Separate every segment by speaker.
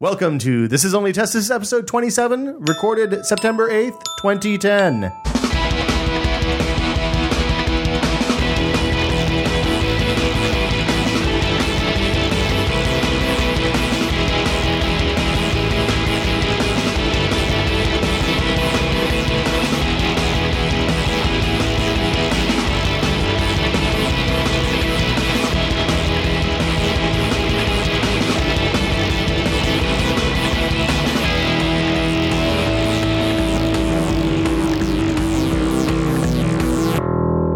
Speaker 1: Welcome to This Is Only Test. This is episode 27, recorded September 8th, 2010.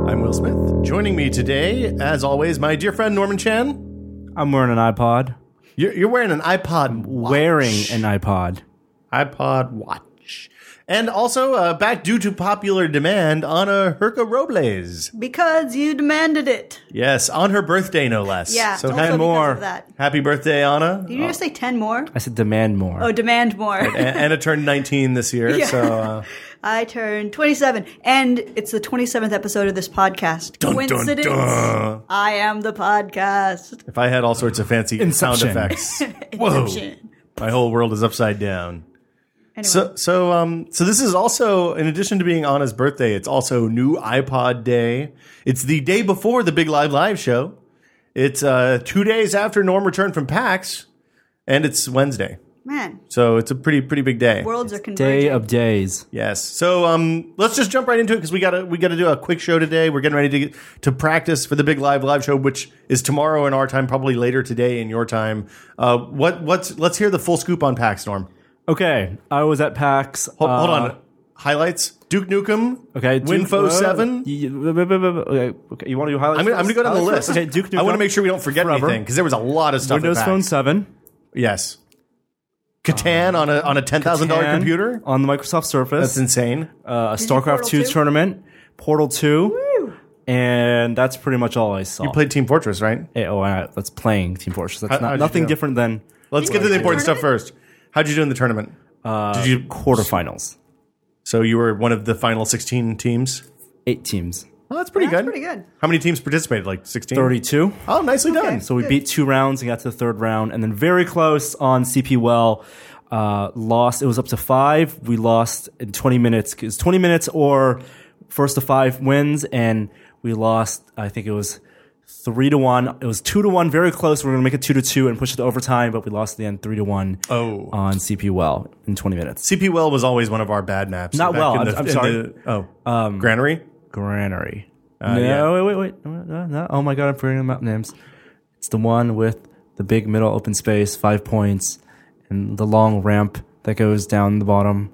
Speaker 1: I'm Will Smith. Joining me today, as always, my dear friend Norman Chan.
Speaker 2: I'm wearing an iPod.
Speaker 1: You're, you're wearing an iPod watch.
Speaker 2: Wearing an iPod.
Speaker 1: iPod watch. And also, uh, back due to popular demand, Ana Herca Robles.
Speaker 3: Because you demanded it.
Speaker 1: Yes, on her birthday, no less.
Speaker 3: Yeah,
Speaker 1: So
Speaker 3: also
Speaker 1: happy,
Speaker 3: because
Speaker 2: more.
Speaker 3: Of that.
Speaker 1: happy birthday, Anna.
Speaker 3: Did you just say 10 more?
Speaker 2: I said demand more.
Speaker 3: Oh, demand
Speaker 1: A-
Speaker 3: more.
Speaker 1: Anna turned 19 this year,
Speaker 3: Yeah.
Speaker 1: so uh,
Speaker 3: I turned 27, and it's the 27th episode of this podcast.
Speaker 1: dun, dun,
Speaker 3: Coincidence?
Speaker 1: dun.
Speaker 3: I am the podcast.
Speaker 1: if I had all sorts of fancy
Speaker 2: Inception.
Speaker 1: sound effects, whoa,
Speaker 3: Inception.
Speaker 1: my whole world is upside down.
Speaker 3: Anyway,
Speaker 1: So, so, um, so this is also, in addition to being Anna's birthday, it's also New iPod Day. It's the day before the Big Live Live show. It's uh, two days after Norm returned from PAX, and it's Wednesday.
Speaker 3: man,
Speaker 1: So it's a pretty, pretty big day.
Speaker 3: worlds are
Speaker 2: Day
Speaker 3: converging.
Speaker 2: of days.
Speaker 1: Yes. So um, let's just jump right into it because we gotta we gotta do a quick show today. We're getting ready to get, to practice for the big live live show, which is tomorrow in our time, probably later today in your time. Uh, what what's let's hear the full scoop on PAX, Norm.
Speaker 2: Okay, I was at PAX.
Speaker 1: Hold, hold
Speaker 2: uh,
Speaker 1: on. Highlights: Duke Nukem.
Speaker 2: Okay, uh,
Speaker 1: Winfo
Speaker 2: whoa,
Speaker 1: seven.
Speaker 2: y- y- okay, okay, you want to do highlights?
Speaker 1: I'm gonna, I'm gonna go down the list.
Speaker 2: Highlights first? Okay, Duke Nukem.
Speaker 1: I want to make sure we don't forget
Speaker 2: Forever.
Speaker 1: anything because there was a lot of stuff. at
Speaker 2: Windows
Speaker 1: PAX.
Speaker 2: Phone Seven.
Speaker 1: Yes. Catan on a on a ten thousand dollar
Speaker 2: and
Speaker 1: computer.
Speaker 2: on the Microsoft Surface.
Speaker 1: That's insane.
Speaker 2: uh,
Speaker 3: you
Speaker 2: StarCraft
Speaker 3: Portal
Speaker 2: Two
Speaker 3: 2?
Speaker 2: tournament. Portal Two. And that's pretty much all I saw.
Speaker 1: You played Team Fortress, right?
Speaker 2: Hey, oh, uh, that's playing Team Fortress. That's
Speaker 1: How-
Speaker 2: not,
Speaker 1: how'd you
Speaker 2: nothing
Speaker 1: do?
Speaker 2: different than
Speaker 1: Let's get to the important stuff first. How'd you do in the tournament? Uh, Did you
Speaker 2: quarterfinals.
Speaker 1: So you were one of the final 16 teams.
Speaker 2: Eight teams,
Speaker 1: Oh, that's pretty
Speaker 3: That's
Speaker 1: good.
Speaker 3: pretty good.
Speaker 1: How many teams participated? Like 16?
Speaker 2: thirty-two.
Speaker 1: Oh, nicely done.
Speaker 2: So we beat two rounds and got to the third round, and then very close on CP Well. Uh, lost. It was up to five. We lost in 20 minutes. It's 20 minutes or first to five wins, and we lost. I think it was three to one. It was two to one. Very close. We are gonna make it two to two and push it to overtime, but we lost at the end three to one.
Speaker 1: Oh.
Speaker 2: on CP Well in 20 minutes.
Speaker 1: CP Well was always one of our bad maps.
Speaker 2: Not
Speaker 1: back
Speaker 2: well,
Speaker 1: in
Speaker 2: I'm- I'm sorry. Um,
Speaker 1: in the- oh, Granary.
Speaker 2: Granary. Uh,
Speaker 1: yeah.
Speaker 2: no, wait, wait, wait. No, no, no. Oh my God, I'm forgetting about names. It's the one with the big middle open space, five points, and the long ramp that goes down the bottom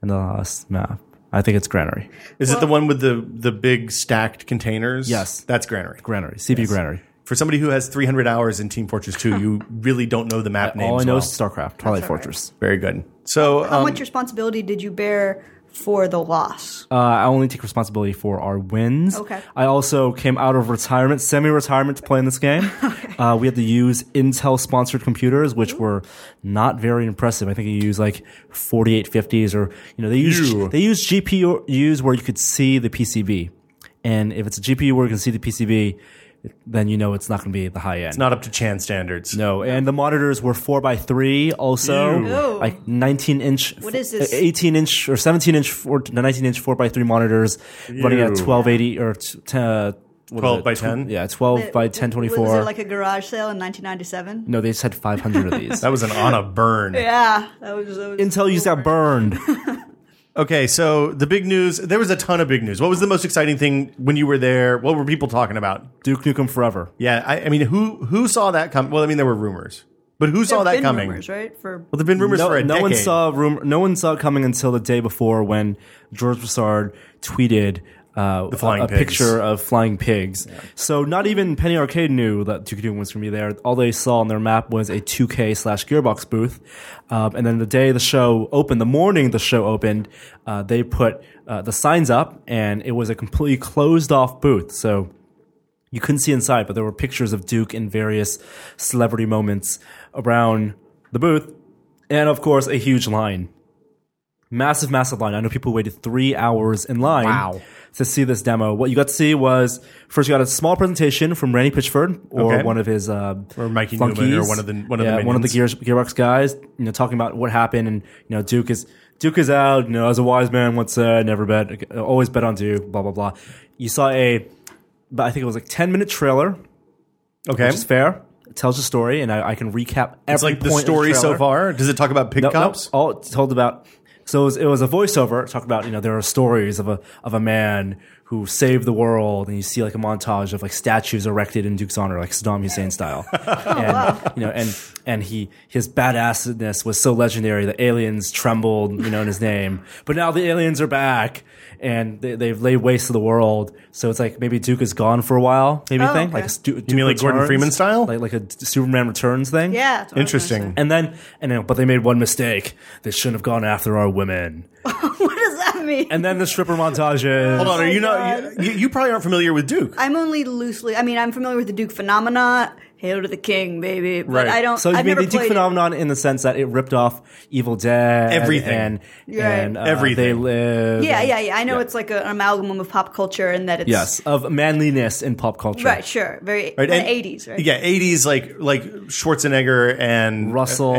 Speaker 2: and the last map. I think it's Granary.
Speaker 1: Is it the one with the the big stacked containers?
Speaker 2: Yes.
Speaker 1: that's Granary.
Speaker 2: Granary. CP Granary.
Speaker 1: For somebody who has 300 hours in Team Fortress 2, you really don't know the map names.
Speaker 2: All I know
Speaker 1: well.
Speaker 2: is StarCraft, Twilight Fortress.
Speaker 1: very good. So
Speaker 3: How
Speaker 1: um,
Speaker 3: much responsibility did you bear for the loss?
Speaker 2: Uh, I only take responsibility for our wins.
Speaker 3: Okay.
Speaker 2: I also came out of retirement, semi-retirement, to play in this game. uh, we had to use Intel-sponsored computers, which were not very impressive. I think you use like 4850s, or you know they use
Speaker 1: Ew.
Speaker 2: they use GPUs where you could see the PCB, and if it's a GPU where you can see the PCB, then you know it's not going to be the high end.
Speaker 1: not up to Chan standards.
Speaker 2: No, and the monitors were four by three, also
Speaker 3: Ew.
Speaker 2: like nineteen inch.
Speaker 3: What is this?
Speaker 2: Eighteen inch or seventeen inch, four, nineteen inch four by three monitors, running at
Speaker 1: Ew.
Speaker 2: twelve eighty or t- t- uh, what is
Speaker 1: 12
Speaker 2: it?
Speaker 1: by
Speaker 2: Tw-
Speaker 1: 10?
Speaker 2: Yeah, twelve by ten twenty
Speaker 3: Was
Speaker 2: four.
Speaker 3: it like a garage sale in 1997?
Speaker 2: no, they just had five hundred of these.
Speaker 1: That was an Ana burn.
Speaker 3: Yeah, that was. That was
Speaker 2: Intel used got burned.
Speaker 1: Okay, so the big news. There was a ton of big news. What was the most exciting thing when you were there? What were people talking about?
Speaker 2: Duke Nukem Forever.
Speaker 1: Yeah, I, I mean, who who saw that coming? Well, I mean, there were rumors, but who saw
Speaker 3: There've
Speaker 1: that
Speaker 3: been
Speaker 1: coming?
Speaker 3: Rumors, right? For
Speaker 1: Well, there've been rumors
Speaker 2: No,
Speaker 1: for a
Speaker 2: no
Speaker 1: decade.
Speaker 2: one saw rumor. No one saw it coming until the day before when George Broussard tweeted uh,
Speaker 1: flying
Speaker 2: a, a
Speaker 1: pigs.
Speaker 2: picture of flying pigs. So not even Penny Arcade knew that Duke Nukem was going to be there. All they saw on their map was a 2K slash Gearbox booth. Um, and then the day the show opened, the morning the show opened, uh, they put uh, the signs up, and it was a completely closed off booth. So you couldn't see inside, but there were pictures of Duke in various celebrity moments around the booth, and of course, a huge line. Massive, massive line. I know people waited three hours in line
Speaker 4: Wow.
Speaker 2: to see this demo. What you got to see was first you got a small presentation from Randy Pitchford or
Speaker 1: Okay.
Speaker 2: one of his uh,
Speaker 1: Or Mikey Newman or
Speaker 2: flunkies.
Speaker 1: one of the- one of the
Speaker 2: yeah, one of the
Speaker 1: minions.
Speaker 2: Gears, Gearbox guys. You know, talking about what happened and you know Duke is Duke is out. You know, as a wise man once said, never bet, always bet on Duke. Blah blah blah. You saw a, but I think it was like ten minute trailer,
Speaker 1: Okay.
Speaker 2: which is fair. It tells the story, and I, I can recap every
Speaker 1: It's like the
Speaker 2: point of
Speaker 1: story so
Speaker 2: trailer.
Speaker 1: far. Does it talk about pig
Speaker 2: No, no,
Speaker 1: cops?
Speaker 2: all it told about. So it was, it was a voiceover talking about you know there are stories of a of a man who saved the world, and you see like a montage of like statues erected in Duke's honor, like Saddam Hussein style. and you know, and and he his badassedness was so legendary that aliens trembled, you know, in his name. But now the aliens are back, and they, they've laid waste to the world. So it's like maybe Duke is gone for a while, maybe
Speaker 3: Oh,
Speaker 2: thing
Speaker 3: okay.
Speaker 2: like a Stu- Duke
Speaker 1: mean like Gordon
Speaker 2: Returns?
Speaker 1: Freeman style?
Speaker 2: like like a Superman Returns thing.
Speaker 3: Yeah. that's what I was gonna
Speaker 1: Interesting.
Speaker 2: And then, and then, but they made one mistake. They shouldn't have gone after our women.
Speaker 3: say. what does that mean?
Speaker 2: And then the stripper montages.
Speaker 1: Hold on, are you
Speaker 3: my
Speaker 1: not? You, you probably aren't familiar with Duke.
Speaker 3: I'm only loosely. I mean, I'm familiar with the Duke phenomena. Hail to the King, baby. But
Speaker 1: Right.
Speaker 3: I don't.
Speaker 2: So you
Speaker 3: I've
Speaker 2: mean
Speaker 3: never
Speaker 2: the Duke
Speaker 3: played it.
Speaker 2: phenomenon in the sense that it ripped off Evil Dead,
Speaker 1: Everything.
Speaker 2: and,
Speaker 3: Right.
Speaker 2: and uh,
Speaker 1: Everything.
Speaker 2: They live.
Speaker 3: Yeah,
Speaker 2: and-
Speaker 3: yeah, yeah. I know it's like a- an amalgam of pop culture and that it's
Speaker 2: Yes, of manliness in pop culture.
Speaker 3: right, sure, very
Speaker 1: Right, and-
Speaker 3: eighties, right?
Speaker 1: Yeah, eighties like like Schwarzenegger and
Speaker 2: Russell,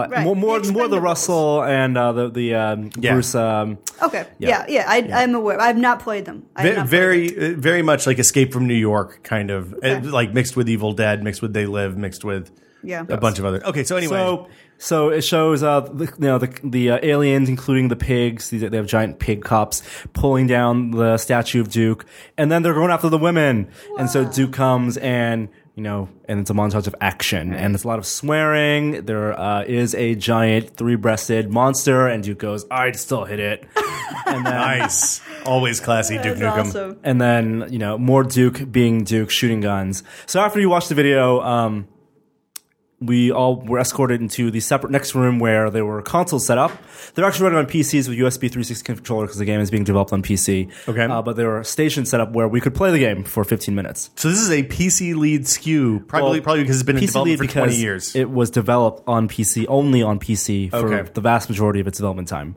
Speaker 1: and-
Speaker 3: Right.
Speaker 2: more more,
Speaker 3: The
Speaker 2: more the
Speaker 3: Expendables.
Speaker 2: Russell and uh, the the um,
Speaker 1: Yeah.
Speaker 2: Bruce. Um,
Speaker 3: Okay. Yeah, yeah. I, I'm aware. I've not played them. I have
Speaker 1: Ve-
Speaker 3: not played them.
Speaker 1: very uh, very much like Escape from New York, kind of uh,
Speaker 3: Okay.
Speaker 1: like mixed with Evil Dead, mixed with They Live, mixed with
Speaker 3: Yeah.
Speaker 1: a bunch of other. Okay, so anyway,
Speaker 2: So, so it shows uh, the, you know the the uh, aliens, including the pigs. These they have giant pig cops pulling down the statue of Duke, and then they're going after the women. And so Duke comes and. You know, and it's a montage of action, and it's a lot of swearing. There uh, is a giant three-breasted monster, and Duke goes, "I'd still hit it." and then,
Speaker 1: nice, always classy Duke Nukem.
Speaker 3: That's awesome.
Speaker 2: and then you know more Duke being Duke shooting guns. So after you watch the video, um, we all were escorted into the separate next room where there were consoles set up. They're actually running on PCs with USB 360 controller because the game is being developed on PC.
Speaker 1: Okay.
Speaker 2: uh, but there were stations set up where we could play the game for 15 minutes.
Speaker 1: So this is a PC lead skew, probably
Speaker 2: Well,
Speaker 1: probably because it's been in development for
Speaker 2: lead
Speaker 1: twenty
Speaker 2: because
Speaker 1: years.
Speaker 2: It was developed on PC only on PC for
Speaker 1: Okay.
Speaker 2: the vast majority of its development time,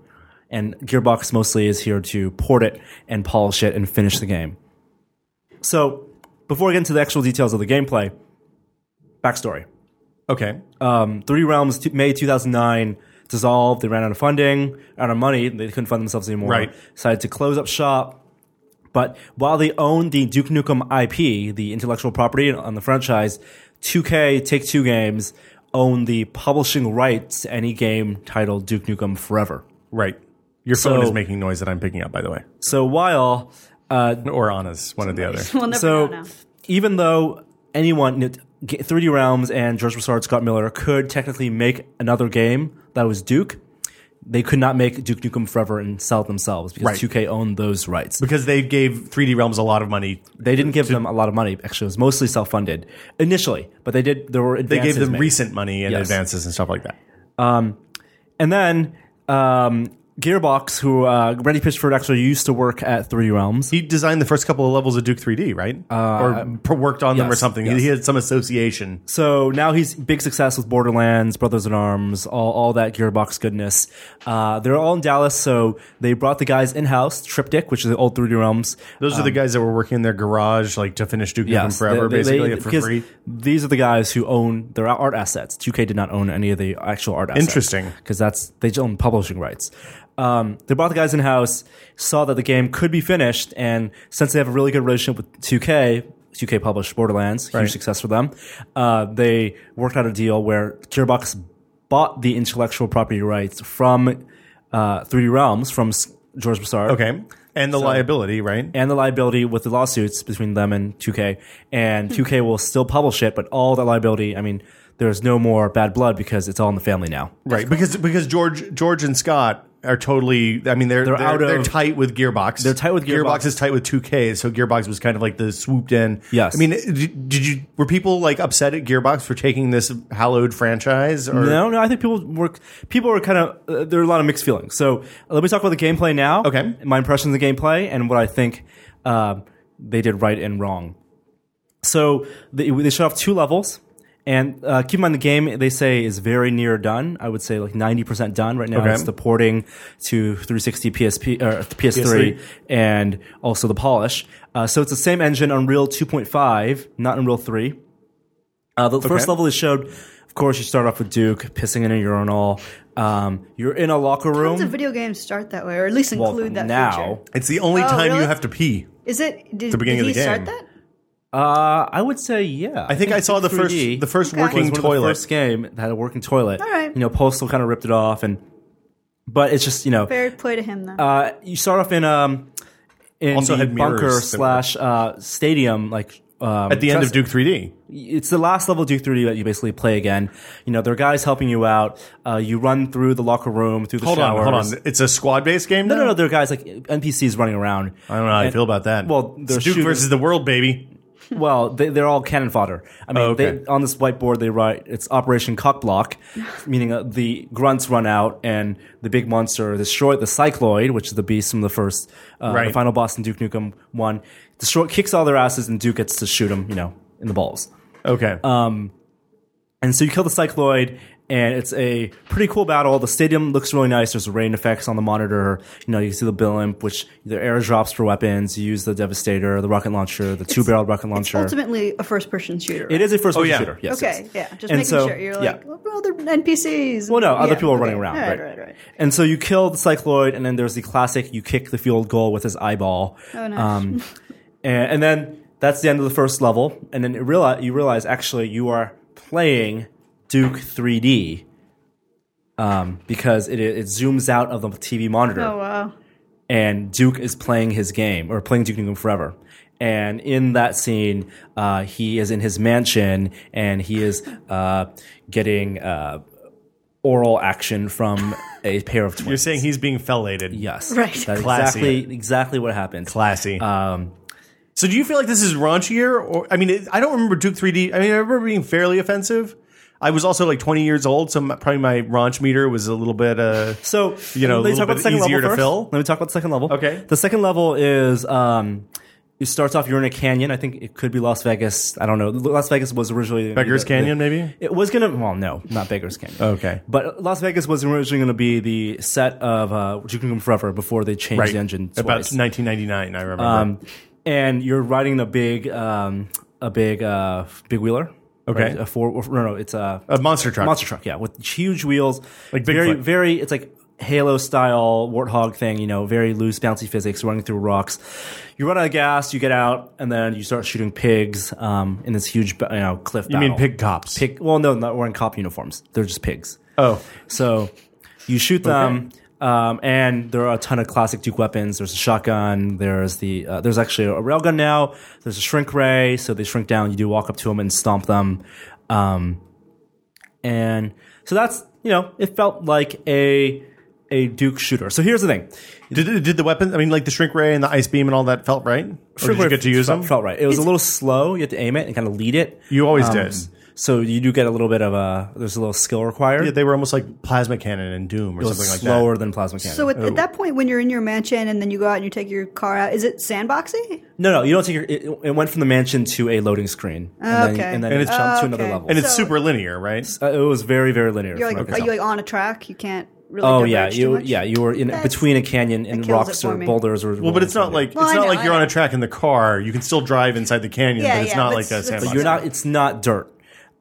Speaker 2: and Gearbox mostly is here to port it and polish it and finish the game. So, before I get into the actual details of the gameplay, backstory:
Speaker 1: okay,
Speaker 2: um, Three Realms, t- May two thousand nine. Dissolved. They ran out of funding, out of money. They couldn't fund themselves anymore.
Speaker 1: Right.
Speaker 2: Decided to close up shop. But while they owned the Duke Nukem IP, the intellectual property on the franchise, 2K Take Two Games owned the publishing rights to any game titled Duke Nukem Forever.
Speaker 1: right. Your phone
Speaker 2: So-
Speaker 1: is making noise that I'm picking up, by the way,
Speaker 2: So while uh,
Speaker 1: or Anna's, one or the other.
Speaker 3: We'll never
Speaker 2: so
Speaker 3: know now.
Speaker 2: even though anyone, 3D Realms and George Broussard, Scott Miller could technically make another game that was Duke, they could not make Duke Nukem Forever and sell it themselves because
Speaker 1: Right.
Speaker 2: 2K owned those rights.
Speaker 1: Because they gave 3D Realms a lot of money.
Speaker 2: They didn't give them a lot of money. Actually, it was mostly self-funded initially, but they did. There were
Speaker 1: They
Speaker 2: advances
Speaker 1: gave them
Speaker 2: made.
Speaker 1: recent money and
Speaker 2: Yes.
Speaker 1: advances and stuff like that.
Speaker 2: and then um, Gearbox, who uh, Randy Pitchford actually used to work at Three Realms.
Speaker 1: He designed the first couple of levels of Duke 3D, right? or pr- worked on them or
Speaker 2: Uh, yes,
Speaker 1: something.
Speaker 2: yes.
Speaker 1: He had some association.
Speaker 2: So now he's big success with Borderlands, Brothers in Arms, all, all that Gearbox goodness. Uh, they're all in Dallas, so they brought the guys in house, Triptych, which is the old 3D Realms.
Speaker 1: Those are the guys that were working in their garage, like to finish Duke Nukem Forever,
Speaker 2: Um, they- they-
Speaker 1: basically
Speaker 2: they-
Speaker 1: for
Speaker 2: because
Speaker 1: free.
Speaker 2: These are the guys who own their art assets. 2K did not own any of the actual art assets.
Speaker 1: Interesting.
Speaker 2: Because that's they just own publishing rights. Um, they brought the guys in house, saw that the game could be finished, and since they have a really good relationship with 2K, 2K published Borderlands, huge
Speaker 1: Right.
Speaker 2: success for them. Uh, they worked out a deal where Gearbox bought the intellectual property rights from uh, 3D Realms from S- George Broussard
Speaker 1: Okay, and the liability, right?
Speaker 2: and the liability with the lawsuits between them and 2K. And 2K will still publish it, but all that liability, I mean, there's no more bad blood because it's all in the family now.
Speaker 1: right, because because George George and Scott are totally. I mean, they're they're,
Speaker 2: out
Speaker 1: they're
Speaker 2: of-
Speaker 1: tight with Gearbox. They're
Speaker 2: tight with Gearbox.
Speaker 1: is tight with 2K, so Gearbox was kind of like the swooped in.
Speaker 2: Yes.
Speaker 1: I mean, did, did you were people like upset at Gearbox for taking this hallowed franchise? Or
Speaker 2: No, no, I think people were people were kind of uh, there are a lot of mixed feelings. So uh, let me talk about the gameplay now.
Speaker 1: Okay.
Speaker 2: my impressions of the gameplay and what I think uh, they did right and wrong. So they, they shut off two levels, And uh, keep in mind, the game they say is very near done. I would say like ninety percent done right now.
Speaker 1: Okay.
Speaker 2: It's the porting to 360 PSP or PS3,
Speaker 1: PS3.
Speaker 2: and also the polish. Uh, so it's the same engine, Unreal 2.5, not Unreal 3. Uh, the first level they showed, of course, you start off with Duke pissing in a urinal. Um, you're in a locker room.
Speaker 3: Tons of video games start that way, or at least
Speaker 2: Well,
Speaker 3: include that
Speaker 2: now,
Speaker 3: feature.
Speaker 1: It's the only
Speaker 3: Oh,
Speaker 1: time
Speaker 3: really?
Speaker 1: you have to pee.
Speaker 3: Is it? Did,
Speaker 1: the beginning
Speaker 3: did
Speaker 1: of the
Speaker 3: he
Speaker 1: game.
Speaker 3: start that?
Speaker 2: uh, I would say yeah.
Speaker 1: I think I saw the first
Speaker 2: 3D.
Speaker 1: the first
Speaker 3: Okay.
Speaker 2: was
Speaker 1: working
Speaker 2: one of the
Speaker 1: toilet.
Speaker 2: first game that had a working toilet. All
Speaker 3: right.
Speaker 2: You know, Postal kind of ripped it off, and but it's just you know,
Speaker 3: Fair play to him, though.
Speaker 2: uh, you start off in um in
Speaker 1: Also
Speaker 2: the
Speaker 1: had mirrors
Speaker 2: bunker
Speaker 1: that were-
Speaker 2: slash uh, stadium like um,
Speaker 1: At the end of Duke 3D.
Speaker 2: it's the last level of Duke 3D that you basically play again. You know, there are guys helping you out. Uh, you run through the locker room, through the
Speaker 1: Hold
Speaker 2: showers.
Speaker 1: on, hold on. It's a squad based game.
Speaker 2: No, no, no. There are guys like NPCs running around.
Speaker 1: I don't know how you
Speaker 2: And-
Speaker 1: feel about that.
Speaker 2: Well,
Speaker 1: It's
Speaker 2: they're
Speaker 1: Duke
Speaker 2: shooting-
Speaker 1: versus the world, baby.
Speaker 2: Well, they, they're all cannon fodder. I mean,
Speaker 1: Oh, okay.
Speaker 2: they, on this whiteboard, they write it's Operation Cockblock, meaning uh, the grunts run out and the big monster destroyed the cycloid, which is the beast from the first, uh,
Speaker 1: Right.
Speaker 2: the final boss in Duke Nukem One. Destroy kicks all their asses, and Duke gets to shoot him, you know, in the balls.
Speaker 1: Okay.
Speaker 2: Uh, And so you kill the cycloid, and it's a pretty cool battle. The stadium looks really nice. There's rain effects on the monitor. You know, you can see the blimp, which the air drops for weapons. You use the devastator, the rocket launcher, the two barreled rocket launcher.
Speaker 3: Ultimately, a first-person shooter.
Speaker 2: It is a first person
Speaker 1: yeah.
Speaker 2: shooter. Yes.
Speaker 3: Okay,
Speaker 2: yes.
Speaker 3: yeah. Just
Speaker 2: And
Speaker 3: making
Speaker 2: so-
Speaker 3: sure you're
Speaker 2: yeah.
Speaker 3: like, well, they're NPCs.
Speaker 2: Well, no, other
Speaker 3: Yeah,
Speaker 2: people are
Speaker 3: okay.
Speaker 2: running around.
Speaker 3: All
Speaker 2: right,
Speaker 3: right, right, right.
Speaker 2: And so you kill the cycloid, and then there's the classic: you kick the field goal with his eyeball.
Speaker 3: Oh, nice.
Speaker 2: Um, and, and then that's the end of the first level, and then you realize, you realize actually you are playing Duke 3D. Um, because it, it zooms out of the TV monitor
Speaker 3: Oh wow.
Speaker 2: and Duke is playing his game or playing Duke Nukem Forever. And in that scene, uh, he is in his mansion and he is uh, getting uh, oral action from a pair of twins.
Speaker 1: You're saying he's being fellated.
Speaker 2: yes,
Speaker 3: Right.
Speaker 2: That's
Speaker 1: Classy.
Speaker 2: exactly exactly what happens.
Speaker 1: Classy.
Speaker 2: Um,
Speaker 1: so do you feel like this is raunchier? Or I mean, it, I don't remember Duke 3D. I mean, I remember being fairly offensive. I was also like 20 years old, so my, probably my raunch meter was a little bit. Uh,
Speaker 2: So
Speaker 1: You know, a
Speaker 2: let me
Speaker 1: little
Speaker 2: talk about
Speaker 1: bit
Speaker 2: the second
Speaker 1: easier
Speaker 2: level
Speaker 1: to
Speaker 2: first.
Speaker 1: fill.
Speaker 2: Let me talk about the second level.
Speaker 1: Okay.
Speaker 2: The second level is um, it starts off. You're in a canyon. I think it could be Las Vegas. I don't know. Las Vegas was originally
Speaker 1: Beggar's
Speaker 2: the-
Speaker 1: Canyon,
Speaker 2: the-
Speaker 1: maybe? Oh.
Speaker 2: It was gonna. Well, no, not Beggar's Canyon.
Speaker 1: Okay.
Speaker 2: But Las Vegas was originally gonna be the set of uh, Duke Nukem Forever before they changed the engine
Speaker 1: About
Speaker 2: twice.
Speaker 1: 1999, I remember.
Speaker 2: Um, and you're riding a big, um, a big, uh, big wheeler.
Speaker 1: Okay. Oh,
Speaker 2: Right? A four. No, no, it's a
Speaker 1: a monster truck.
Speaker 2: monster truck, yeah, with huge wheels,
Speaker 1: Like
Speaker 2: very,
Speaker 1: Bigfoot.
Speaker 2: very. It's like Halo style warthog thing, you know, very loose, bouncy physics, running through rocks. You run out of gas, you get out, and then you start shooting pigs um, in this huge, ba- you know, cliff.
Speaker 1: You mean pig cops?
Speaker 2: Pig. Well, no, not wearing cop uniforms. They're just pigs.
Speaker 1: Oh,
Speaker 2: So you shoot them, um, and there are a ton of classic Duke weapons. There's a shotgun. There's the uh, there's actually a railgun now. There's a shrink ray, so they shrink down. You do walk up to them and stomp them, um, and so that's you know it felt like a a Duke shooter. So here's the thing:
Speaker 1: Oh, did did the weapon? I mean, like the shrink ray and the ice beam and all that felt right. Or did you get to use
Speaker 2: felt, um,
Speaker 1: them?
Speaker 2: Felt right. It was a little slow. You had to aim it and kind of lead it.
Speaker 1: You always did.
Speaker 2: So you do get a little bit of a there's a little skill required.
Speaker 1: Yeah, they were almost like plasma cannon and Doom or
Speaker 2: it was
Speaker 1: something like that. Oh.
Speaker 2: slower than plasma cannon.
Speaker 3: So at, at that point, when you're in your mansion and then you go out and you take your car out, is it sandboxy?
Speaker 2: No, no, you don't take your. It, it went from the mansion to a loading screen, and
Speaker 3: Okay. Oh,
Speaker 2: then, and then
Speaker 1: And
Speaker 2: it
Speaker 1: it's-
Speaker 2: jumped to
Speaker 3: Okay.
Speaker 2: another level.
Speaker 1: And it's
Speaker 3: So-
Speaker 1: super linear, right?
Speaker 2: Uh, it was very, very linear.
Speaker 3: You're
Speaker 2: from
Speaker 3: like,
Speaker 2: what I
Speaker 3: are
Speaker 2: could
Speaker 3: you like on a track? You can't really.
Speaker 2: tell. oh yeah,
Speaker 3: diverge too
Speaker 2: you
Speaker 3: much?
Speaker 2: yeah, you were in
Speaker 3: That's-
Speaker 2: between a canyon
Speaker 3: that
Speaker 2: and
Speaker 3: kills it
Speaker 2: rocks
Speaker 3: for
Speaker 2: or
Speaker 3: me.
Speaker 2: boulders or.
Speaker 1: Well, but it's not like
Speaker 3: Well,
Speaker 1: it's
Speaker 3: I
Speaker 1: not
Speaker 3: know,
Speaker 1: like
Speaker 3: I
Speaker 1: you're on
Speaker 3: know.
Speaker 1: a track in the car. You can still drive inside the canyon,
Speaker 3: Yeah,
Speaker 1: but it's
Speaker 3: yeah,
Speaker 1: not
Speaker 3: but
Speaker 1: like a
Speaker 3: it's- it's-
Speaker 1: sandbox.
Speaker 2: You're not. It's not dirt.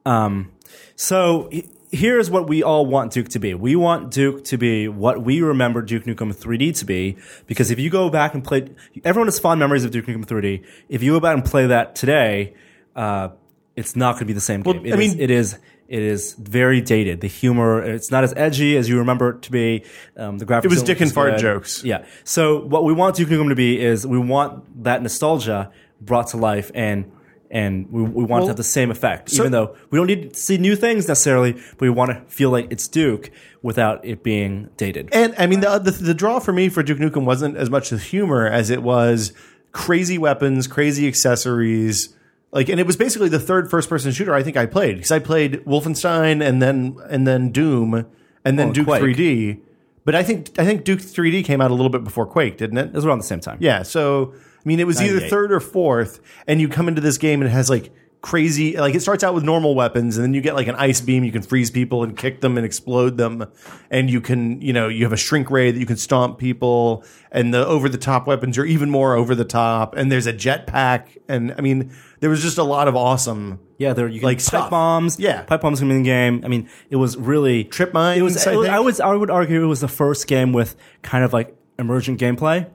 Speaker 2: Um, so he- here's what we all want Duke to be. We want Duke to be what we remember Duke Nukem 3D to be. Because if you go back and play, everyone has fond memories of Duke Nukem 3D. If you go back and play that today, uh, it's not going to be the same game. It
Speaker 1: I
Speaker 2: is-
Speaker 1: mean-
Speaker 2: it is. It is very dated. The humor, it's not as edgy as you remember it to be. Um, the graphics.
Speaker 1: It was
Speaker 2: don't look
Speaker 1: dick and
Speaker 2: as
Speaker 1: fart
Speaker 2: good.
Speaker 1: jokes.
Speaker 2: Yeah. So what we want Duke Nukem to be is we want that nostalgia brought to life and and we, we want it to have the same effect, even though we don't need to see new things necessarily, but we want to feel like it's Duke without it being dated.
Speaker 1: And I mean, the, the the draw for me for Duke Nukem wasn't as much the humor as it was crazy weapons, crazy accessories. Like, and it was basically the third first person shooter I think I played because I played Wolfenstein and then and then Doom and then
Speaker 2: and
Speaker 1: Duke
Speaker 2: Quake.
Speaker 1: 3D. But I think I think Duke 3D came out a little bit before Quake, didn't it?
Speaker 2: It was around the same time.
Speaker 1: Yeah. So I mean, it was either
Speaker 2: 98.
Speaker 1: third or fourth, and you come into this game and it has like crazy like it starts out with normal weapons and then you get like an ice beam you can freeze people and kick them and explode them and you can you know you have a shrink ray that you can stomp people and the over the top weapons are even more over the top and there's a jetpack and I mean there was just a lot of awesome
Speaker 2: Yeah, there you can
Speaker 1: Like
Speaker 2: pipe
Speaker 1: stuff.
Speaker 2: bombs.
Speaker 1: Yeah.
Speaker 2: pipe bombs come in the game. I mean, it was really
Speaker 1: Trip mines,
Speaker 2: It was.
Speaker 1: I
Speaker 2: it was-
Speaker 1: think.
Speaker 2: I was. I would argue it was the first game with kind of like emergent gameplay.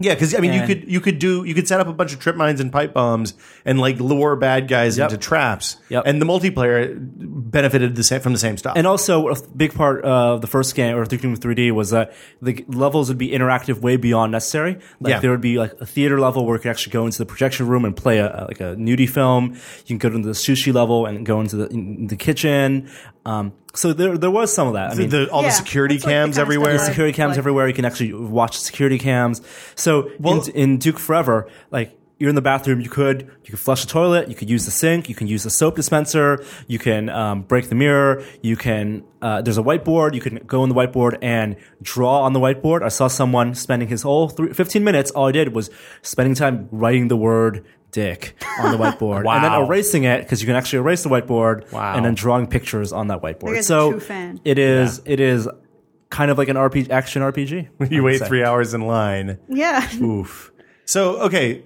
Speaker 1: Yeah, because I mean, you
Speaker 2: And-
Speaker 1: could you could do you could set up a bunch of trip mines and pipe bombs and like lure bad guys
Speaker 2: Yep.
Speaker 1: into traps.
Speaker 2: Yep.
Speaker 1: And the multiplayer benefited the same from the same stuff.
Speaker 2: And also, a big part of the first game or Three Kingdom 3D was that the g- levels would be interactive way beyond necessary. Like
Speaker 1: Yeah.
Speaker 2: there would be like a theater level where you could actually go into the projection room and play a, like a nudie film. You can go to the sushi level and go into the, in the kitchen. Um, so there there was some of that. I mean,
Speaker 1: the, all
Speaker 3: Yeah,
Speaker 1: the security
Speaker 3: that's like the
Speaker 1: cams
Speaker 3: kind of
Speaker 1: everywhere.
Speaker 3: stuff I-
Speaker 2: security cams
Speaker 3: like-
Speaker 2: everywhere. You can actually watch security cams. So
Speaker 1: Well-
Speaker 2: in, in Duke Forever, like you're in the bathroom, you could you could flush the toilet, you could use the sink, you can use the soap dispenser, you can um, break the mirror, you can. Uh, there's a whiteboard. You can go on the whiteboard and draw on the whiteboard. I saw someone spending his whole three, 15 minutes. All I did was spending time writing the word dick on the whiteboard and then
Speaker 1: Wow.
Speaker 2: erasing it because you can actually erase the whiteboard
Speaker 1: Wow.
Speaker 2: and then drawing pictures on that whiteboard.
Speaker 3: guy's a
Speaker 2: so
Speaker 3: true fan.
Speaker 2: it is it is kind of like an RPG action RPG. I
Speaker 1: you
Speaker 2: would
Speaker 1: wait
Speaker 2: say.
Speaker 1: three hours in line.
Speaker 3: Yeah.
Speaker 1: Oof. So okay,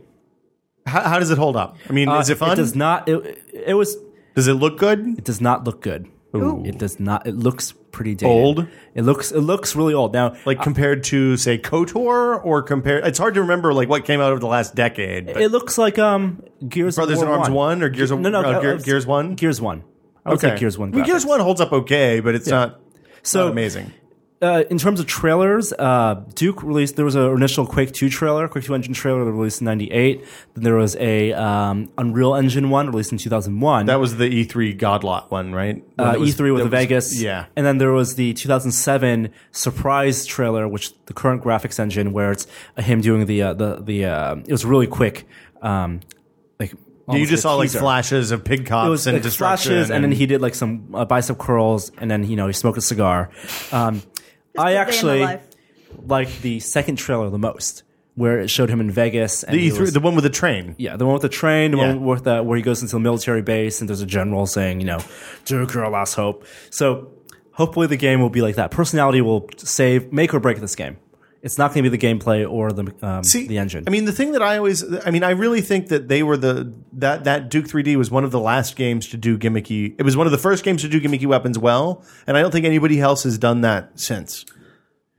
Speaker 1: how, how does it hold up? I mean,
Speaker 2: Uh,
Speaker 1: is it fun?
Speaker 2: does not. It, it was.
Speaker 1: Does it look good?
Speaker 2: It does not look good.
Speaker 3: Ooh.
Speaker 2: It does not. It looks pretty dated.
Speaker 1: Old?
Speaker 2: It looks. It looks really old now.
Speaker 1: Like compared to say Kotor or compared? It's hard to remember like what came out over the last decade. But
Speaker 2: it looks like um Gears
Speaker 1: Brothers
Speaker 2: of
Speaker 1: in
Speaker 2: War
Speaker 1: Arms
Speaker 2: 1.
Speaker 1: one or Gears of-
Speaker 2: no no
Speaker 1: uh,
Speaker 2: I- I
Speaker 1: Gear-
Speaker 2: was-
Speaker 1: Gears 1?
Speaker 2: Gears one. I would say Gears one.
Speaker 1: I mean, Gears
Speaker 2: graphics.
Speaker 1: one holds up okay, but it's not
Speaker 2: So
Speaker 1: not amazing.
Speaker 2: uh, in terms of trailers, uh, Duke released. There was an initial Quake Two trailer, Quake Two Engine trailer that released in '98. Then there was a um, Unreal Engine one released in 2001.
Speaker 1: That was the E3 Godlot one, right?
Speaker 2: uh,
Speaker 1: That was-
Speaker 2: E3 with
Speaker 1: that
Speaker 2: the
Speaker 1: was-
Speaker 2: Vegas.
Speaker 1: Yeah.
Speaker 2: And then there was the 2007 surprise trailer, which the current graphics engine, where it's him doing the uh, the the uh, it was really quick, um, like
Speaker 1: you
Speaker 2: almost
Speaker 1: just
Speaker 2: a
Speaker 1: saw like
Speaker 2: teaser.
Speaker 1: flashes of pig cops
Speaker 2: It was
Speaker 1: and
Speaker 2: like
Speaker 1: destruction.
Speaker 2: flashes, and, then he did like some uh, bicep curls, and then you know he smoked a cigar. Um, I
Speaker 3: day in
Speaker 2: actually
Speaker 3: my life.
Speaker 2: like the second trailer the most, where it showed him in Vegas. And
Speaker 1: the E
Speaker 2: he
Speaker 1: E3,
Speaker 2: was-
Speaker 1: the one with the train.
Speaker 2: yeah, the one with the train, the
Speaker 1: Yeah.
Speaker 2: one with the, where he goes into the military base and there's a general saying, you know, Duke, your last hope. So hopefully the game will be like that. Personality will save, make or break this game. It's not going to be the gameplay or the um,
Speaker 1: See,
Speaker 2: the engine.
Speaker 1: I mean, the thing that I always, I mean, I really think that they were the that that Duke 3D was one of the last games to do gimmicky. It was one of the first games to do gimmicky weapons well, and I don't think anybody else has done that since.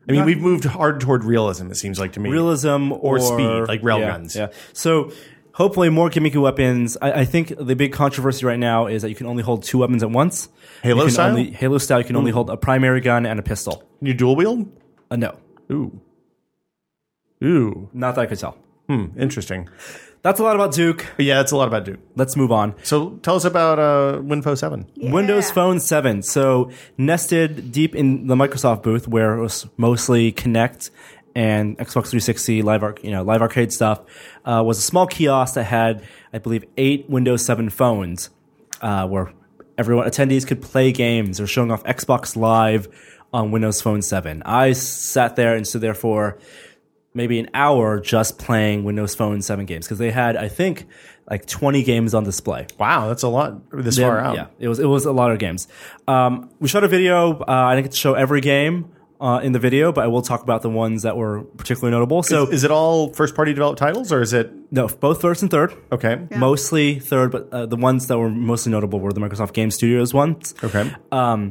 Speaker 1: I mean, we've moved hard toward realism. It seems like to me.
Speaker 2: realism or,
Speaker 1: speed, like rail
Speaker 2: yeah,
Speaker 1: guns.
Speaker 2: Yeah. So hopefully more gimmicky weapons. I, I think the big controversy right now is that you can only hold two weapons at once.
Speaker 1: Halo
Speaker 2: You can
Speaker 1: style? Hmm.
Speaker 2: only- Halo style. You can only hold a primary gun and a pistol.
Speaker 1: Can you dual wield?
Speaker 2: Uh, no,
Speaker 1: Ooh, ooh,
Speaker 2: not that I could tell.
Speaker 1: hmm, interesting.
Speaker 2: That's a lot about Duke.
Speaker 1: But yeah, that's a lot about Duke.
Speaker 2: Let's move on.
Speaker 1: So tell us about uh, WinFo Seven.
Speaker 2: Windows
Speaker 3: Yeah.
Speaker 2: Phone 7. So nested deep in the Microsoft booth where it was mostly Connect and Xbox 360 live, arc, you know, live arcade stuff uh, was a small kiosk that had, I believe, eight Windows 7 phones uh, where everyone attendees could play games or showing off Xbox Live on Windows Phone 7. I sat there and stood there for maybe an hour just playing Windows Phone 7 games because they had, I think, like 20 games on display.
Speaker 1: Wow, that's a lot this far
Speaker 2: Yeah,
Speaker 1: out.
Speaker 2: Yeah, it was it was a lot of games. Um, we shot a video. Uh, I didn't get to show every game uh, in the video, but I will talk about the ones that were particularly notable. So
Speaker 1: So is it all first party developed titles or is it
Speaker 2: no, both first and third.
Speaker 1: okay?
Speaker 2: Mostly third, but uh, the ones that were mostly notable were the Microsoft Game Studios ones.
Speaker 1: Okay.
Speaker 2: Uh,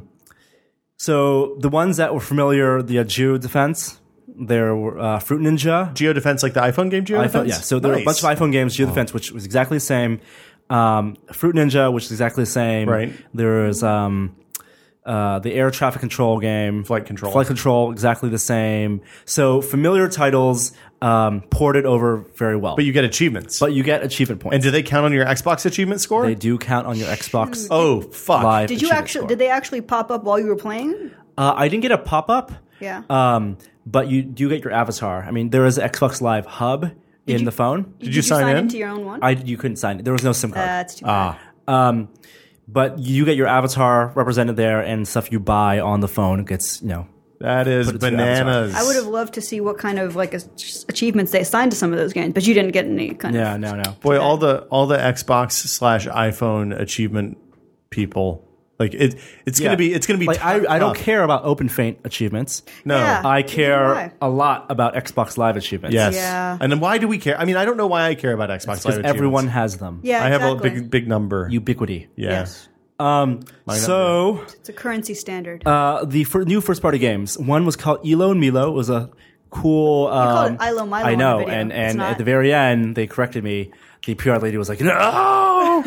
Speaker 2: So the ones that were familiar, the Geo Defense, there were uh, Fruit Ninja,
Speaker 1: Geo Defense, like the iPhone game Geo
Speaker 2: iPhone,
Speaker 1: Defense?
Speaker 2: yeah. So there were a bunch of iPhone games, Geo Defense, which was exactly the same. Um, Fruit Ninja, which is exactly the same.
Speaker 1: Right.
Speaker 2: There was um, uh, the air traffic control game,
Speaker 1: Flight control.
Speaker 2: flight control, exactly the same. So familiar titles um, ported over very well,
Speaker 1: But you get achievements.
Speaker 2: but you get achievement points.
Speaker 1: and do they count on your Xbox achievement score?
Speaker 2: they do count on your Xbox
Speaker 1: oh, fuck.
Speaker 2: Live.
Speaker 3: Did you
Speaker 2: achievement
Speaker 3: actually?
Speaker 2: score.
Speaker 3: Did they actually pop up while you were playing?
Speaker 2: Uh, I didn't get a pop up.
Speaker 3: Yeah.
Speaker 2: Um, but you do get your avatar. I mean, there is an Xbox Live hub in the phone.
Speaker 1: Did you sign in?
Speaker 3: into your own one?
Speaker 2: I Ah. you couldn't sign it. There was no SIM card.
Speaker 3: That's too bad.
Speaker 2: but you get your avatar represented there and stuff you buy on the phone gets you know
Speaker 1: That is
Speaker 2: it to Avatar.
Speaker 1: bananas.
Speaker 3: I would have loved to see what kind of like ach- achievements they assigned to some of those games, but you didn't get any kind
Speaker 2: Yeah,
Speaker 3: of.
Speaker 2: no, no.
Speaker 1: Boy, all the all the Xbox slash iPhone achievement people, like it, it's
Speaker 2: Yeah.
Speaker 1: gonna be it's gonna be.
Speaker 2: like I,
Speaker 1: tough.
Speaker 2: I don't care about open faint achievements.
Speaker 1: No.
Speaker 3: Yeah.
Speaker 2: I
Speaker 3: Why?
Speaker 2: care a lot about Xbox Live achievements.
Speaker 1: Yes.
Speaker 3: Yeah.
Speaker 1: And then why do we care? I mean, I don't know why I care about Xbox
Speaker 2: because
Speaker 1: Live.
Speaker 2: everyone
Speaker 1: achievements.
Speaker 2: has them.
Speaker 3: Yeah,
Speaker 1: I have
Speaker 3: exactly.
Speaker 1: a big big number.
Speaker 2: ubiquity.
Speaker 1: yeah.
Speaker 3: Yes.
Speaker 2: Um, so
Speaker 3: It's a currency standard.
Speaker 1: Um,
Speaker 2: uh, the fir- new first party games. One was called Elo and Milo. It was a cool.
Speaker 3: called
Speaker 2: Um,
Speaker 3: it Ilo Milo
Speaker 2: I
Speaker 3: on
Speaker 2: know,
Speaker 3: the video.
Speaker 2: and
Speaker 3: It's
Speaker 2: and
Speaker 3: not-
Speaker 2: at the very end they corrected me. The PR lady was like, "No,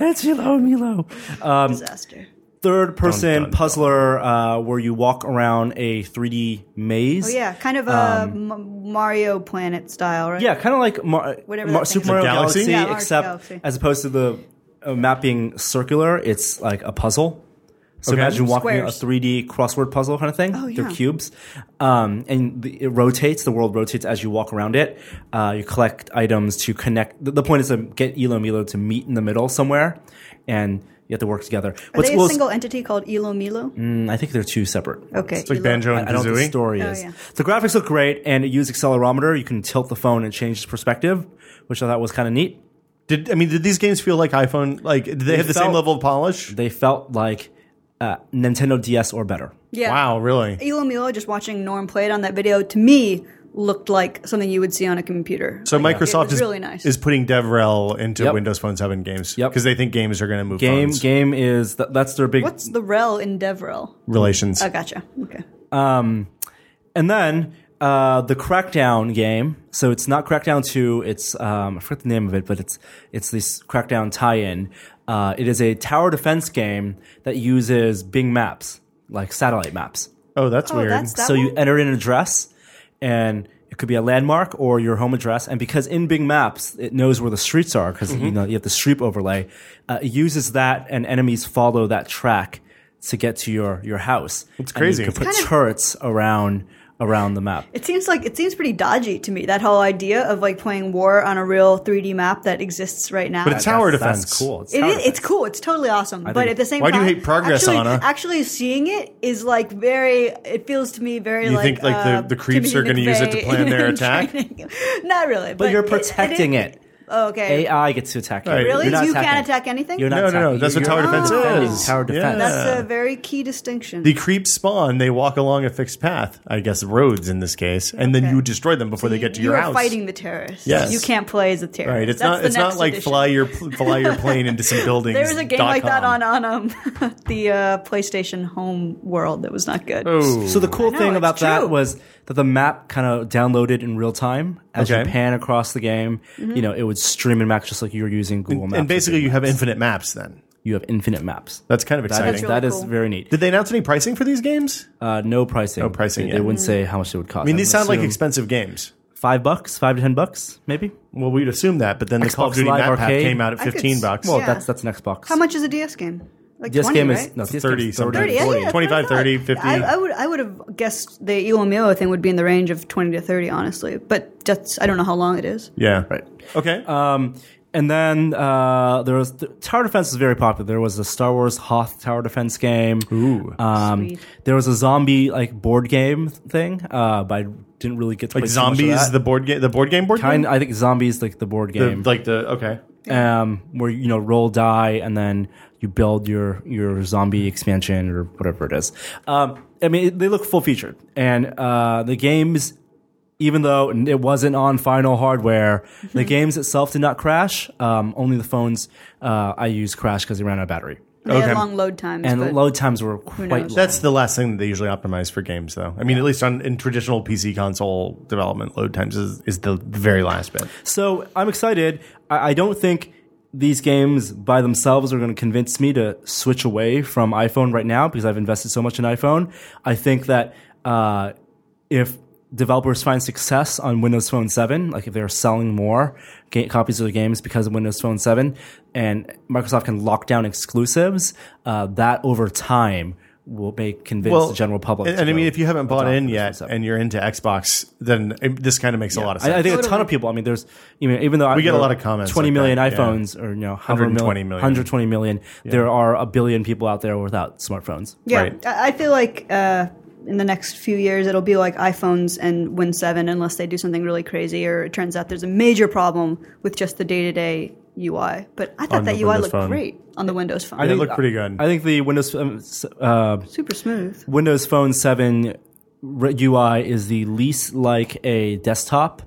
Speaker 2: it's Elo and Milo."
Speaker 3: Disaster.
Speaker 2: Third person
Speaker 1: Dun, dun, dun.
Speaker 2: puzzler uh, where you walk around a 3D maze.
Speaker 3: Oh yeah, kind of a
Speaker 1: um,
Speaker 3: M- Mario Planet style, right?
Speaker 2: Yeah, kind of like Mar-
Speaker 3: Whatever
Speaker 2: Mar-
Speaker 3: that
Speaker 2: Super
Speaker 3: thing
Speaker 2: Mario
Speaker 1: is. Galaxy?
Speaker 2: Galaxy,
Speaker 1: Yeah,
Speaker 3: Mario
Speaker 2: except
Speaker 3: Galaxy.
Speaker 2: as opposed to the uh, mapping circular, it's like a puzzle. So
Speaker 1: Okay.
Speaker 2: imagine walking
Speaker 3: Squares.
Speaker 2: a 3D crossword puzzle kind of thing.
Speaker 3: Oh,
Speaker 2: They're
Speaker 3: yeah.
Speaker 2: cubes, um, and the, it rotates. The world rotates as you walk around it. Uh, you collect items to connect. The, the point is to get Elo and Milo to meet in the middle somewhere, and you have to work together.
Speaker 3: Are they a
Speaker 2: cool is-
Speaker 3: single entity called Elo Milo?
Speaker 2: Mm, I think they're two separate.
Speaker 3: Okay.
Speaker 1: It's like
Speaker 3: Elo-
Speaker 1: Banjo and
Speaker 2: I don't know what the
Speaker 1: Kazooie.
Speaker 2: story
Speaker 3: Oh,
Speaker 2: is.
Speaker 3: yeah.
Speaker 2: The graphics look great, and it used accelerometer. You can tilt the phone and change its perspective, which I thought was kind of neat.
Speaker 1: Did I mean? Did these games feel like iPhone? Like, did they, have the same
Speaker 2: felt-
Speaker 1: level of polish?
Speaker 2: They felt like uh, Nintendo DS or better.
Speaker 3: Yeah.
Speaker 1: Wow, really?
Speaker 3: Elo Milo, just watching Norm play it on that video, to me looked like something you would see on a computer.
Speaker 1: So
Speaker 3: Like, it
Speaker 1: Microsoft
Speaker 3: was
Speaker 1: is
Speaker 3: really nice.
Speaker 1: is putting DevRel into
Speaker 2: Yep.
Speaker 1: Windows Phone Seven games
Speaker 2: Yep.
Speaker 1: because they think games are going to move
Speaker 2: Game
Speaker 1: phones.
Speaker 2: game is th- that's their big.
Speaker 3: What's the rel in Devrel?
Speaker 1: relations.
Speaker 3: I gotcha. Okay.
Speaker 2: Um, and then uh, the Crackdown game. So it's not Crackdown Two. It's um, I forget the name of it, but it's it's this Crackdown tie-in. Uh, it is a tower defense game that uses Bing Maps, like satellite maps.
Speaker 1: Oh, that's
Speaker 3: Oh,
Speaker 1: weird.
Speaker 3: that's that
Speaker 2: so you
Speaker 3: one?
Speaker 2: enter in an address and it could be a landmark or your home address and because in bing maps it knows where the streets are because
Speaker 1: Mm-hmm.
Speaker 2: you know you have the street overlay uh, it uses that and enemies follow that track to get to your your house it's
Speaker 1: crazy.
Speaker 2: you can put
Speaker 3: Kind of-
Speaker 2: turrets around around the map
Speaker 3: It seems like it seems pretty dodgy to me. That whole idea of like playing war on a real 3D map that exists right now.
Speaker 1: But it's tower
Speaker 2: That's-
Speaker 1: defense.
Speaker 2: that's cool it's,
Speaker 3: It
Speaker 2: tower
Speaker 3: is,
Speaker 2: defense.
Speaker 3: it's cool. It's totally awesome. but
Speaker 2: think-
Speaker 3: at the same
Speaker 1: Why do
Speaker 3: time,
Speaker 1: you hate progress,
Speaker 3: actually,
Speaker 1: Anna?
Speaker 3: Actually, seeing it is like very. It feels to me very.
Speaker 1: You
Speaker 3: like,
Speaker 1: think, like, the-
Speaker 3: uh,
Speaker 1: the creeps are
Speaker 3: Timothy
Speaker 1: gonna use it to
Speaker 3: McVeigh
Speaker 1: plan their
Speaker 3: in
Speaker 1: attack?
Speaker 3: training. Not really. But,
Speaker 2: but you're
Speaker 3: it-
Speaker 2: protecting
Speaker 3: is-
Speaker 2: it,
Speaker 3: Oh, okay.
Speaker 2: ai gets to attack you
Speaker 1: Right.
Speaker 3: Really?
Speaker 2: You're not
Speaker 3: You can't
Speaker 2: attacking.
Speaker 3: attack anything?
Speaker 2: you're not
Speaker 1: No, no, no.
Speaker 2: attacking.
Speaker 1: That's what
Speaker 2: You're
Speaker 1: tower defense
Speaker 2: defending
Speaker 1: is.
Speaker 2: tower
Speaker 1: Yeah.
Speaker 2: defense
Speaker 3: That's a very key distinction.
Speaker 1: the creeps spawn. They walk along a fixed path, I guess roads in this case, and then
Speaker 3: Okay.
Speaker 1: you destroy them before they
Speaker 3: You-
Speaker 1: get to
Speaker 3: you
Speaker 1: your
Speaker 3: are
Speaker 1: house.
Speaker 3: fighting the terrorists.
Speaker 1: Yes.
Speaker 3: You can't play as a terrorist.
Speaker 1: Right. It's
Speaker 3: That's
Speaker 1: not.
Speaker 3: the
Speaker 1: It's not
Speaker 3: next
Speaker 1: like
Speaker 3: edition.
Speaker 1: fly your pl- fly your plane into some buildings.
Speaker 3: There was a game
Speaker 1: dot
Speaker 3: like that
Speaker 1: com.
Speaker 3: on on um, the uh, PlayStation Home World that was not good.
Speaker 1: Oh.
Speaker 2: So the cool
Speaker 3: know,
Speaker 2: thing
Speaker 3: it's
Speaker 2: about that
Speaker 3: true.
Speaker 2: was that the map kind of downloaded in real time as
Speaker 1: Okay.
Speaker 2: you pan across the game.
Speaker 3: Mm-hmm.
Speaker 2: You know, it would stream and map just like you were using Google Maps.
Speaker 1: and basically, you have infinite maps. Then
Speaker 2: you have infinite maps.
Speaker 1: that's kind of exciting.
Speaker 2: That is
Speaker 3: really
Speaker 2: that is
Speaker 3: cool.
Speaker 2: very neat.
Speaker 1: Did they announce any pricing for these games? I
Speaker 2: Uh, no pricing. No
Speaker 1: pricing,
Speaker 2: They,
Speaker 1: yeah.
Speaker 2: they
Speaker 3: Mm-hmm.
Speaker 2: wouldn't say how much it would cost. I
Speaker 1: mean, these sound like
Speaker 2: expensive.
Speaker 1: expensive games.
Speaker 2: five bucks, five to ten bucks, maybe.
Speaker 1: Well, we'd assume that, but then the Call of
Speaker 2: Xbox
Speaker 1: Duty
Speaker 2: Live
Speaker 1: map pack
Speaker 2: Arcade?
Speaker 1: came out at
Speaker 3: I could
Speaker 1: fifteen
Speaker 3: s-
Speaker 1: bucks.
Speaker 2: Well,
Speaker 3: Yeah.
Speaker 2: that's that's an Xbox.
Speaker 3: How much is a DS game? Like
Speaker 2: This
Speaker 3: 20,
Speaker 2: game is
Speaker 3: right?
Speaker 2: no, this
Speaker 1: 30,
Speaker 2: game's 30,
Speaker 1: something.
Speaker 3: 30, yeah,
Speaker 1: 40,
Speaker 3: yeah, that's
Speaker 1: 25,
Speaker 3: what I thought.
Speaker 1: 30, 50.
Speaker 3: I, I would I would have guessed the Elo Milo thing would be in the range of 20 to 30 honestly, but that's I don't know how long it is.
Speaker 1: yeah.
Speaker 2: Right.
Speaker 1: Okay.
Speaker 2: Um, and then uh, there was tower defense is very popular. There was a Star Wars Hoth tower defense game.
Speaker 1: Ooh.
Speaker 2: Um,
Speaker 3: Sweet.
Speaker 2: There was a zombie like board game thing, uh, but I didn't really get to
Speaker 1: like
Speaker 2: play too much of
Speaker 1: zombies,
Speaker 2: that.
Speaker 1: the board game, the board game board
Speaker 2: kind.
Speaker 1: game,
Speaker 2: I think zombies like the board
Speaker 1: The-
Speaker 2: game,
Speaker 1: like the okay.
Speaker 2: um, where you know roll die and then you build your your zombie expansion or whatever it is. Um, I mean, they look full featured, and uh, the games. Even though it wasn't on final hardware, the games itself did not crash. Um, only the phones uh, I used crashed because they ran out of battery,
Speaker 3: They
Speaker 1: Okay.
Speaker 3: had long load times.
Speaker 2: and
Speaker 3: but
Speaker 2: load times were quite.
Speaker 3: knows?
Speaker 2: Long.
Speaker 1: That's the last thing that they usually optimize for games, though. I mean, at least on in traditional PC console development, load times is, is the very last bit.
Speaker 2: So I'm excited. I, I don't think these games by themselves are going to convince me to switch away from iPhone right now because I've invested so much in iPhone. I think that uh, if developers find success on Windows Phone 7, like if they're selling more ga- copies of the games because of Windows Phone 7, and Microsoft can lock down exclusives, uh, that over time will make convince the general public.
Speaker 1: And,
Speaker 2: to
Speaker 1: and I mean,
Speaker 2: go.
Speaker 1: if you haven't bought
Speaker 2: adopt
Speaker 1: in
Speaker 2: this
Speaker 1: yet
Speaker 2: concept.
Speaker 1: and you're into Xbox, then it, this kind of makes a lot of sense.
Speaker 2: I, I think a ton
Speaker 3: Totally.
Speaker 2: of people. I mean, there's you know, even though we
Speaker 1: get a lot of comments
Speaker 2: Twenty
Speaker 1: like
Speaker 2: million
Speaker 1: that, yeah.
Speaker 2: iPhones, or you know, 120
Speaker 1: 120
Speaker 2: million.
Speaker 1: million.
Speaker 2: 120 million. There are a billion people out there without smartphones.
Speaker 3: yeah,
Speaker 1: right.
Speaker 3: I I feel like uh, in the next few years it'll be like iPhones and Win 7 unless they do something really crazy or it turns out there's a major problem with just the day-to-day UI. But I thought
Speaker 2: On
Speaker 3: that
Speaker 2: the
Speaker 3: UI
Speaker 2: Windows
Speaker 3: looked
Speaker 2: Phone.
Speaker 3: great on the Windows phone.
Speaker 2: I
Speaker 1: it looked pretty good.
Speaker 2: I think the Windows um, s- uh,
Speaker 3: Super smooth.
Speaker 2: Windows Phone 7 re- UI is the least like a desktop,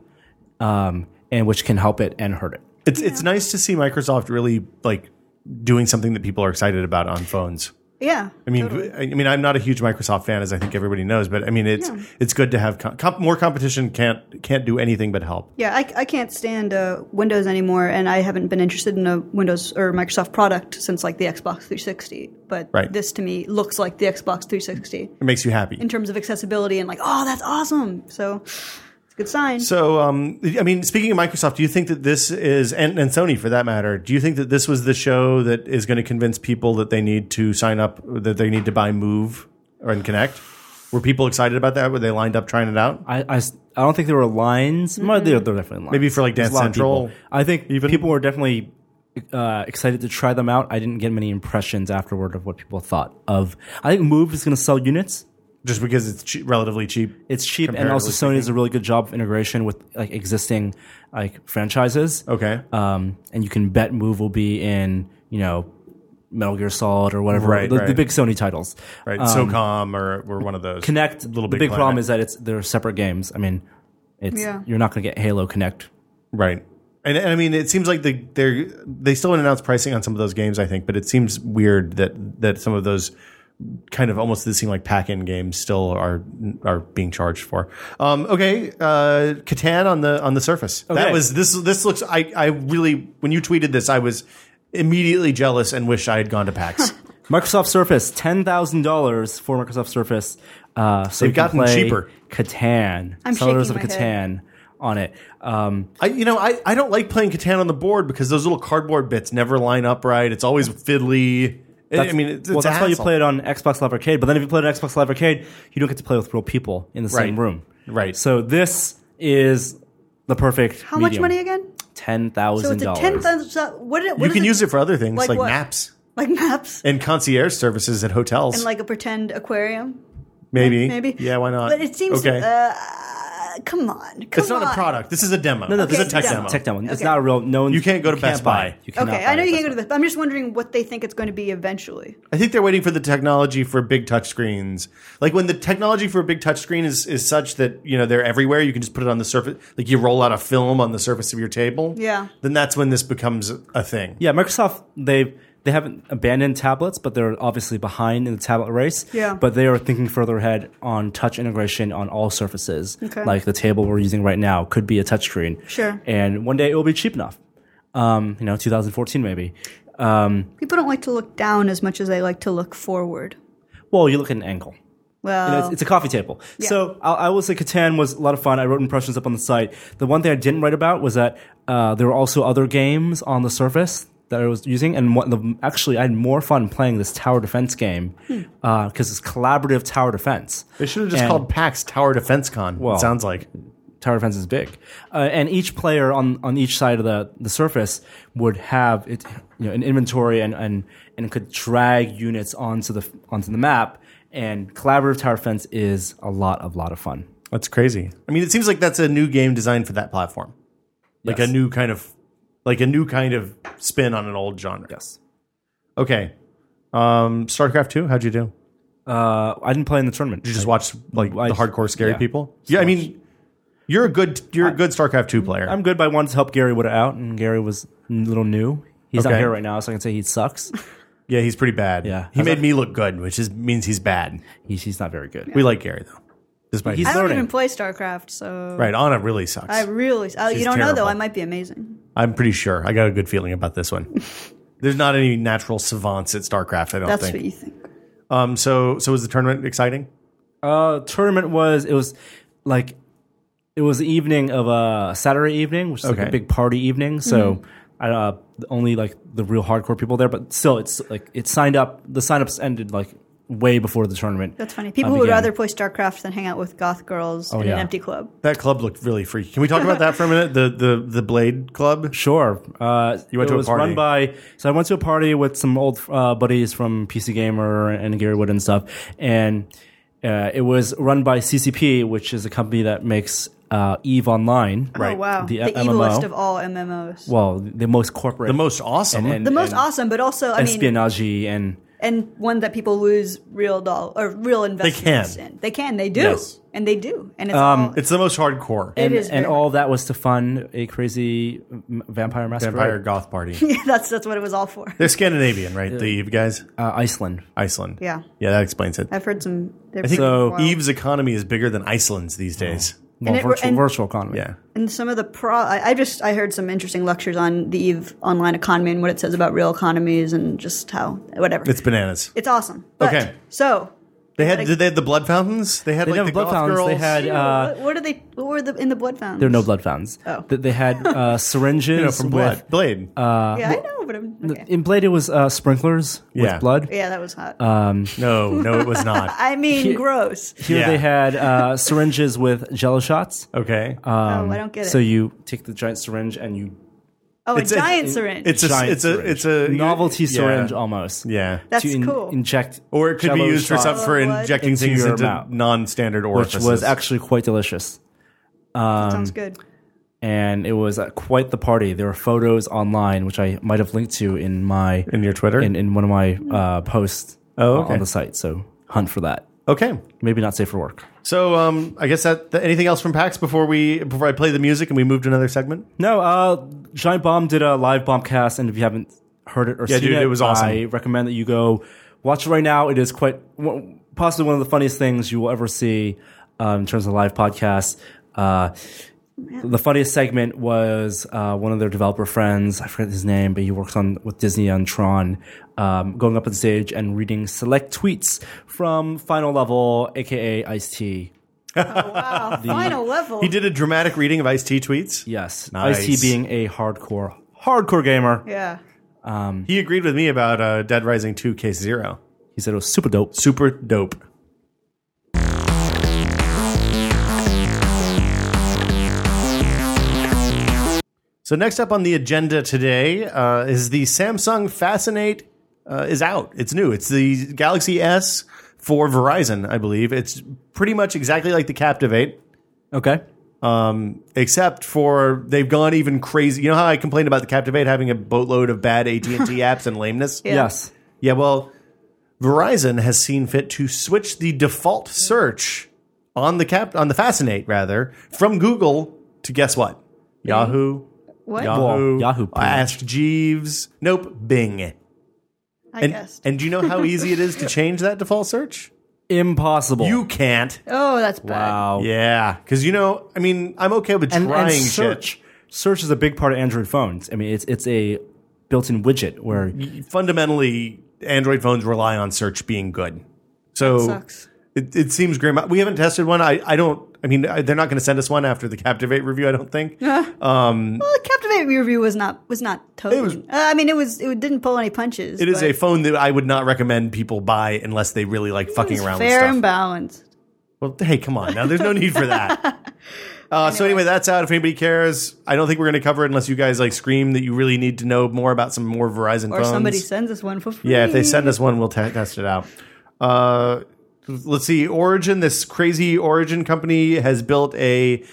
Speaker 2: um, and which can help it and hurt it.
Speaker 1: It's it's nice to see Microsoft really like doing something that people are excited about on phones.
Speaker 3: Yeah.
Speaker 1: I mean, I I mean, I'm not a huge Microsoft fan, as I think everybody knows, but I mean, it's
Speaker 3: Yeah.
Speaker 1: it's good to have com- comp- more competition. Can't can't do anything but help.
Speaker 3: Yeah, I, I can't stand uh, Windows anymore, and I haven't been interested in a Windows or Microsoft product since like the Xbox 360. But
Speaker 1: Right.
Speaker 3: this to me looks like the Xbox 360
Speaker 1: It makes you happy.
Speaker 3: in terms of accessibility and like, oh, that's awesome. So it's a good sign.
Speaker 1: So, um, I mean, speaking of Microsoft, do you think that this is, and, and Sony for that matter, do you think that this was the show that is going to convince people that they need to sign up, that they need to buy Move or and Connect? Were people excited about that? Were they lined up trying it out?
Speaker 2: I, I s- I don't think there were lines. Well, there, there were definitely lines.
Speaker 1: Maybe for, like,
Speaker 2: There's
Speaker 1: Dance
Speaker 2: a lot of
Speaker 1: Central,
Speaker 2: people. I think
Speaker 1: even?
Speaker 2: people were definitely uh, excited to try them out. I didn't get many impressions afterward of what people thought of. I think Move is going to sell units.
Speaker 1: Just because it's cheap, relatively cheap.
Speaker 2: It's cheap, and
Speaker 1: Comparatively
Speaker 2: also Sony does a really good job of integration with like existing like franchises.
Speaker 1: Okay.
Speaker 2: Um, and you can bet Move will be in you know Metal Gear Solid or whatever
Speaker 1: Right,
Speaker 2: the, the
Speaker 1: right.
Speaker 2: big Sony titles.
Speaker 1: Right.
Speaker 2: Um,
Speaker 1: SOCOM or, or one of those.
Speaker 2: Connect.
Speaker 1: Little
Speaker 2: the
Speaker 1: Big
Speaker 2: big problem
Speaker 1: Planet.
Speaker 2: is that it's they're separate games. I mean, it's
Speaker 3: Yeah.
Speaker 2: you're not going to get Halo Connect
Speaker 1: Right. And, and I mean, it seems like the, they're they still haven't announced pricing on some of those games, I think, but it seems weird that that some of those kind of almost seem like pack-in games still are are being charged for. Um, okay, uh, Catan on the on the Surface. That
Speaker 2: Okay.
Speaker 1: was this this looks. I I really when you tweeted this, I was immediately jealous and wish I had gone to PAX.
Speaker 2: Microsoft Surface, ten thousand dollars for Microsoft Surface. Uh, so
Speaker 1: They've
Speaker 2: you can
Speaker 1: gotten
Speaker 2: play
Speaker 1: cheaper.
Speaker 2: Catan,
Speaker 3: I'm
Speaker 2: Settlers of
Speaker 3: shaking my
Speaker 2: Catan
Speaker 3: head.
Speaker 2: on it. Um,
Speaker 1: I you know I I don't like playing Catan on the board because those little cardboard bits never line up right. It's always fiddly. I
Speaker 2: that's-
Speaker 1: mean, it's,
Speaker 2: well,
Speaker 1: it's a
Speaker 2: that's why you
Speaker 1: hassle.
Speaker 2: play it on Xbox Live Arcade. But then if you play it on Xbox Live Arcade, you don't get to play with real people in the same
Speaker 1: Right.
Speaker 2: room.
Speaker 1: Right.
Speaker 2: So this is the perfect.
Speaker 3: How much money again?
Speaker 2: Ten
Speaker 3: So
Speaker 2: thousand
Speaker 3: it's a ten
Speaker 2: dollars.
Speaker 3: thousand. What, did- what
Speaker 1: You
Speaker 3: is
Speaker 1: can use it for other things
Speaker 3: like
Speaker 1: like
Speaker 3: what?
Speaker 1: maps.
Speaker 3: like maps
Speaker 1: and concierge services at hotels.
Speaker 3: and like a pretend aquarium.
Speaker 1: maybe,
Speaker 3: Maybe.
Speaker 1: yeah, why not?
Speaker 3: But it seems.
Speaker 1: okay.
Speaker 3: Uh, come on. Come
Speaker 1: it's not
Speaker 3: on.
Speaker 1: a product. This is a demo. No,
Speaker 2: no,
Speaker 1: this
Speaker 2: this
Speaker 1: is a
Speaker 3: is
Speaker 1: tech
Speaker 3: demo.
Speaker 1: demo.
Speaker 2: Tech demo. It's
Speaker 3: Okay.
Speaker 2: not a real. No one.
Speaker 1: You can't go to Best
Speaker 2: buy it.
Speaker 1: Buy.
Speaker 2: You cannot
Speaker 3: Okay,
Speaker 2: buy
Speaker 3: I know
Speaker 2: it.
Speaker 3: you can't go to this, but I'm just wondering what they think it's going to be eventually.
Speaker 1: I think they're waiting for the technology for big touch screens. Like when the technology for a big touch screen is is such that you know they're everywhere. You can just put it on the surface. Like you roll out a film on the surface of your table.
Speaker 3: Yeah.
Speaker 1: Then that's when this becomes a thing.
Speaker 2: Yeah, Microsoft they they haven't abandoned tablets, but they're obviously behind in the tablet race.
Speaker 3: Yeah.
Speaker 2: But they are thinking further ahead on touch integration on all surfaces.
Speaker 3: Okay.
Speaker 2: Like the table we're using right now could be a touchscreen.
Speaker 3: Sure.
Speaker 2: And one day it will be cheap enough. Um, you know, 2014 maybe. Um,
Speaker 3: People don't like to look down as much as they like to look forward.
Speaker 2: well, you look at an angle. You know,
Speaker 3: Well,
Speaker 2: it's, it's a coffee table. So I, I will say Catan was a lot of fun. I wrote impressions up on the site. The one thing I didn't write about was that uh, there were also other games on the Surface that I was using, and one, the, actually I had more fun playing this tower defense game because it's collaborative tower defense.
Speaker 1: They should have just
Speaker 2: And-
Speaker 1: called PAX Tower Defense Con.
Speaker 2: Well-
Speaker 1: it sounds like
Speaker 2: tower defense is big, uh, and each player on, on each side of the, the surface would have it, you know, an inventory and, and and could drag units onto the onto the map. And collaborative tower defense is a lot of lot of fun.
Speaker 1: that's crazy. I mean, it seems like that's a new game designed for that platform. Like
Speaker 2: Yes.
Speaker 1: a new kind of, like a new kind of spin on an old genre.
Speaker 2: Yes.
Speaker 1: Okay. Um, StarCraft 2, how'd you do?
Speaker 2: Uh, I didn't play in the tournament.
Speaker 1: You just watch like
Speaker 2: I
Speaker 1: the
Speaker 2: just-
Speaker 1: hardcore scary
Speaker 2: yeah.
Speaker 1: people? Yeah, I mean you're a good you're a good StarCraft 2 player.
Speaker 2: I'm good, but I wanted to help Gary Wood out, and Gary was a little new. He's
Speaker 1: Okay.
Speaker 2: not here right now, so I can say he sucks.
Speaker 1: yeah, he's pretty bad.
Speaker 2: Yeah.
Speaker 1: He made me look good, which is means he's bad.
Speaker 2: He's, he's not very good.
Speaker 1: We like Gary though. Despite
Speaker 2: He's
Speaker 1: he's
Speaker 3: I don't
Speaker 2: learning.
Speaker 3: even play StarCraft, so
Speaker 1: right, Anna really sucks.
Speaker 3: I really. I,
Speaker 1: She's
Speaker 3: you don't know though.
Speaker 1: terrible.
Speaker 3: I might be amazing.
Speaker 1: I'm pretty sure. I got a good feeling about this one. There's not any natural savants at StarCraft, I
Speaker 2: Oh,
Speaker 1: don't
Speaker 3: That's
Speaker 1: think.
Speaker 3: what you think.
Speaker 1: Um so so was the tournament exciting?
Speaker 2: Uh, tournament was it was like it was the evening of a Saturday evening, which is like
Speaker 1: Okay.
Speaker 2: a big party evening. So I uh, only like the real hardcore people there, but still, it's like it signed up. The signups ended like way before the tournament.
Speaker 3: That's funny.
Speaker 2: uh,
Speaker 3: People would
Speaker 2: began.
Speaker 3: rather play StarCraft than hang out with goth girls in
Speaker 2: Oh, yeah.
Speaker 3: an empty club. Oh,
Speaker 1: That club looked really freaky. Can we talk about that for a minute? The the the Blade Club?
Speaker 2: Sure. Uh, you
Speaker 1: went
Speaker 2: it
Speaker 1: to a
Speaker 2: was
Speaker 1: party.
Speaker 2: Run by. So I went to a party with some old uh, buddies from PC Gamer and Gary Wood and stuff, and Uh, it was run by CCP, which is a company that makes uh, Eve Online.
Speaker 1: Right.
Speaker 3: Oh wow,
Speaker 2: The
Speaker 3: the,
Speaker 2: MMO.
Speaker 3: evilest of all MMOs.
Speaker 2: Well, the most corporate,
Speaker 1: The most awesome.
Speaker 2: and-
Speaker 3: the most
Speaker 2: and
Speaker 3: awesome, but also I mean,
Speaker 2: espionage, and
Speaker 3: and one that people lose real doll or real investments
Speaker 1: can.
Speaker 3: in. They can, they do,
Speaker 1: Yes.
Speaker 3: and they do, and it's all,
Speaker 1: it's the most hardcore
Speaker 2: Um,
Speaker 3: it
Speaker 2: and,
Speaker 3: is
Speaker 2: and
Speaker 3: very-
Speaker 2: all that was to fund a crazy m- vampire masquerade.
Speaker 1: vampire goth party.
Speaker 3: that's that's what it was all for.
Speaker 1: They're Scandinavian, right? The Eve guys,
Speaker 2: Uh, Iceland.
Speaker 1: Iceland.
Speaker 3: Yeah.
Speaker 1: yeah, that explains it.
Speaker 3: I've heard some.
Speaker 1: I think
Speaker 2: So-
Speaker 3: wild.
Speaker 1: Eve's economy is bigger than Iceland's these days.
Speaker 2: Well,
Speaker 3: it-
Speaker 2: virtual,
Speaker 3: and-
Speaker 2: virtual economy.
Speaker 1: Yeah,
Speaker 3: And some of the pro, I, I just I heard some interesting lectures on the Eve online economy and what it says about real economies and just how whatever.
Speaker 1: it's bananas.
Speaker 3: It's awesome. But,
Speaker 1: Okay.
Speaker 3: So
Speaker 1: They had
Speaker 3: Like-
Speaker 1: did they had the blood fountains? They had
Speaker 2: They
Speaker 1: like
Speaker 2: didn't
Speaker 1: the
Speaker 2: have blood
Speaker 1: goth
Speaker 2: fountains,
Speaker 1: girls.
Speaker 2: They had.
Speaker 3: Ew,
Speaker 2: Uh,
Speaker 3: what, what are they? What were the in the blood fountains?
Speaker 2: there were no blood fountains.
Speaker 3: Oh.
Speaker 2: Th- They had uh, syringes
Speaker 1: you know, from
Speaker 2: with
Speaker 1: blood. Blade.
Speaker 2: Uh,
Speaker 3: yeah, I know, but I'm okay.
Speaker 2: In Blade, it was uh, sprinklers
Speaker 1: Yeah.
Speaker 2: with blood.
Speaker 3: yeah, that was hot.
Speaker 1: Uh, no, no, it was not.
Speaker 3: I mean,
Speaker 2: Here-
Speaker 3: gross.
Speaker 2: Here
Speaker 1: Yeah.
Speaker 2: they had uh, syringes with jello shots.
Speaker 1: Okay,
Speaker 2: Uh,
Speaker 3: oh, I don't get it.
Speaker 2: So you take the giant syringe and you
Speaker 3: oh, a
Speaker 1: it's a-
Speaker 3: giant syringe.
Speaker 1: it's a
Speaker 2: giant
Speaker 1: it's a
Speaker 2: syringe.
Speaker 1: it's a
Speaker 2: novelty
Speaker 1: yeah.
Speaker 2: syringe almost.
Speaker 1: Yeah,
Speaker 3: That's
Speaker 2: to in-
Speaker 3: cool.
Speaker 2: Inject
Speaker 1: or it could be
Speaker 2: Jell-O
Speaker 1: used for
Speaker 2: shots,
Speaker 1: some, for
Speaker 3: Blood.
Speaker 1: injecting
Speaker 2: Into
Speaker 1: things
Speaker 2: your
Speaker 1: into
Speaker 2: mouth.
Speaker 1: non-standard
Speaker 2: which
Speaker 1: orifices.
Speaker 2: was actually quite delicious.
Speaker 3: That sounds
Speaker 1: um,
Speaker 3: good.
Speaker 2: And it was uh, quite the party. There were photos online, which I might have linked to in my
Speaker 1: in your Twitter.
Speaker 2: in, in one of my uh, posts
Speaker 1: Oh,
Speaker 2: on-
Speaker 1: okay.
Speaker 2: on the site. So hunt for that.
Speaker 1: okay,
Speaker 2: Maybe not safe for work.
Speaker 1: so um, I guess that th- anything else from PAX before we before I play the music and we move to another segment.
Speaker 2: No, uh, Giant Bomb did a live bombcast, and if you haven't heard it or
Speaker 1: Yeah,
Speaker 2: seen
Speaker 1: dude,
Speaker 2: it,
Speaker 1: it was awesome.
Speaker 2: I recommend that you go watch it right now. It is quite one- possibly one of the funniest things you will ever see um, in terms of live podcasts. Uh, the funniest segment was uh, one of their developer friends. I forget his name, but he works on with Disney on Tron, um, going up on stage and reading select tweets from Final Level, aka Ice T.
Speaker 3: Wow, final level.
Speaker 1: He did a dramatic reading of Ice T tweets.
Speaker 2: Yes,
Speaker 1: Nice.
Speaker 2: Ice T being a hardcore, hardcore gamer.
Speaker 3: Yeah.
Speaker 1: He agreed with me about uh, Dead Rising Two Case Zero.
Speaker 2: He said it was super dope.
Speaker 1: Super dope. So next up on the agenda today uh, is the Samsung Fascinate uh, is out. It's new. It's the Galaxy S for Verizon, I believe. It's pretty much exactly like the Captivate,
Speaker 2: Okay.
Speaker 1: except for they've gone even crazy. You know how I complained about the Captivate having a boatload of bad AT and T apps and lameness.
Speaker 3: Yeah.
Speaker 2: Yes.
Speaker 1: Yeah, well, Verizon has seen fit to switch the default search on the cap on the Fascinate rather from Google to guess what? Yahoo.
Speaker 3: What?
Speaker 1: Yahoo.
Speaker 2: Well, Yahoo pretty
Speaker 1: Ask Jeeves. Nope. Bing.
Speaker 3: I
Speaker 1: And,
Speaker 3: guessed.
Speaker 1: and do you know how easy it is to change that default search?
Speaker 2: Impossible.
Speaker 1: You can't.
Speaker 3: oh, that's bad.
Speaker 2: wow.
Speaker 1: Yeah, because you know, I mean, I'm okay with
Speaker 2: And,
Speaker 1: trying
Speaker 2: and search.
Speaker 1: shit.
Speaker 2: Search is a big part of Android phones. I mean, it's it's a built-in widget where
Speaker 1: Fundamentally, Android phones rely on search being good. So
Speaker 3: Sucks.
Speaker 1: It, it seems grim. We haven't tested one. I, I don't. I mean, I, they're not going to send us one after the Captivate review. I don't think.
Speaker 3: Well, the Captivate review was not was not totally.
Speaker 1: was-
Speaker 3: uh, I mean, it was it didn't pull any punches.
Speaker 1: It is
Speaker 3: but
Speaker 1: a phone that I would not recommend people buy unless they really like fucking around with
Speaker 3: fair
Speaker 1: stuff.
Speaker 3: and balanced.
Speaker 1: well, hey, come on. Now there's no need for that. Uh, So anyway, that's out. If anybody cares, I don't think we're going to cover it unless you guys like scream that you really need to know more about some more Verizon
Speaker 3: Or
Speaker 1: phones.
Speaker 3: somebody sends us one for free.
Speaker 1: Yeah, if they send us one, we'll te- test it out. Uh, let's see. Origin, this crazy Origin company has built a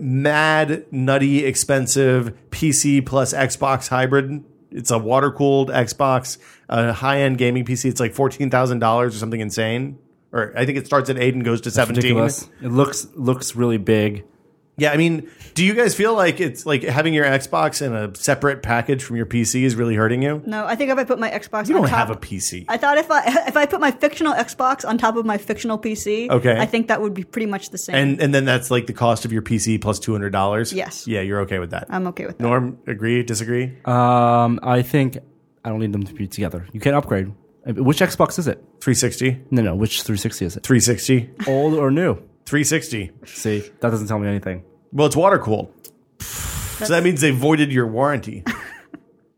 Speaker 1: mad, nutty, expensive PC plus Xbox hybrid. It's a water cooled Xbox, a high end gaming PC. It's like fourteen thousand dollars or something insane. Or I think it starts at eight and goes to seventeen.
Speaker 2: ridiculous. It looks looks really big.
Speaker 1: Yeah, I mean, do you guys feel like it's like having your Xbox in a separate package from your PC is really hurting you?
Speaker 3: No, I think if I put my Xbox,
Speaker 1: You
Speaker 3: on
Speaker 1: don't
Speaker 3: top,
Speaker 1: have a PC.
Speaker 3: I thought if I if I put my fictional Xbox on top of my fictional PC,
Speaker 1: Okay.
Speaker 3: I think that would be pretty much the same.
Speaker 1: And and then that's like the cost of your PC plus two hundred dollars.
Speaker 3: Yes.
Speaker 1: Yeah, you're okay with that.
Speaker 3: I'm okay with that.
Speaker 1: Norm, agree, disagree?
Speaker 2: Um, I think I don't need them to be together. You can upgrade. Uh, Which Xbox is it?
Speaker 1: 360,
Speaker 2: No, no. Which 360 is it?
Speaker 1: 360,
Speaker 2: Old or new?
Speaker 1: 360.
Speaker 2: See, that doesn't tell me anything.
Speaker 1: Well, it's water cooled, so that means they voided your warranty.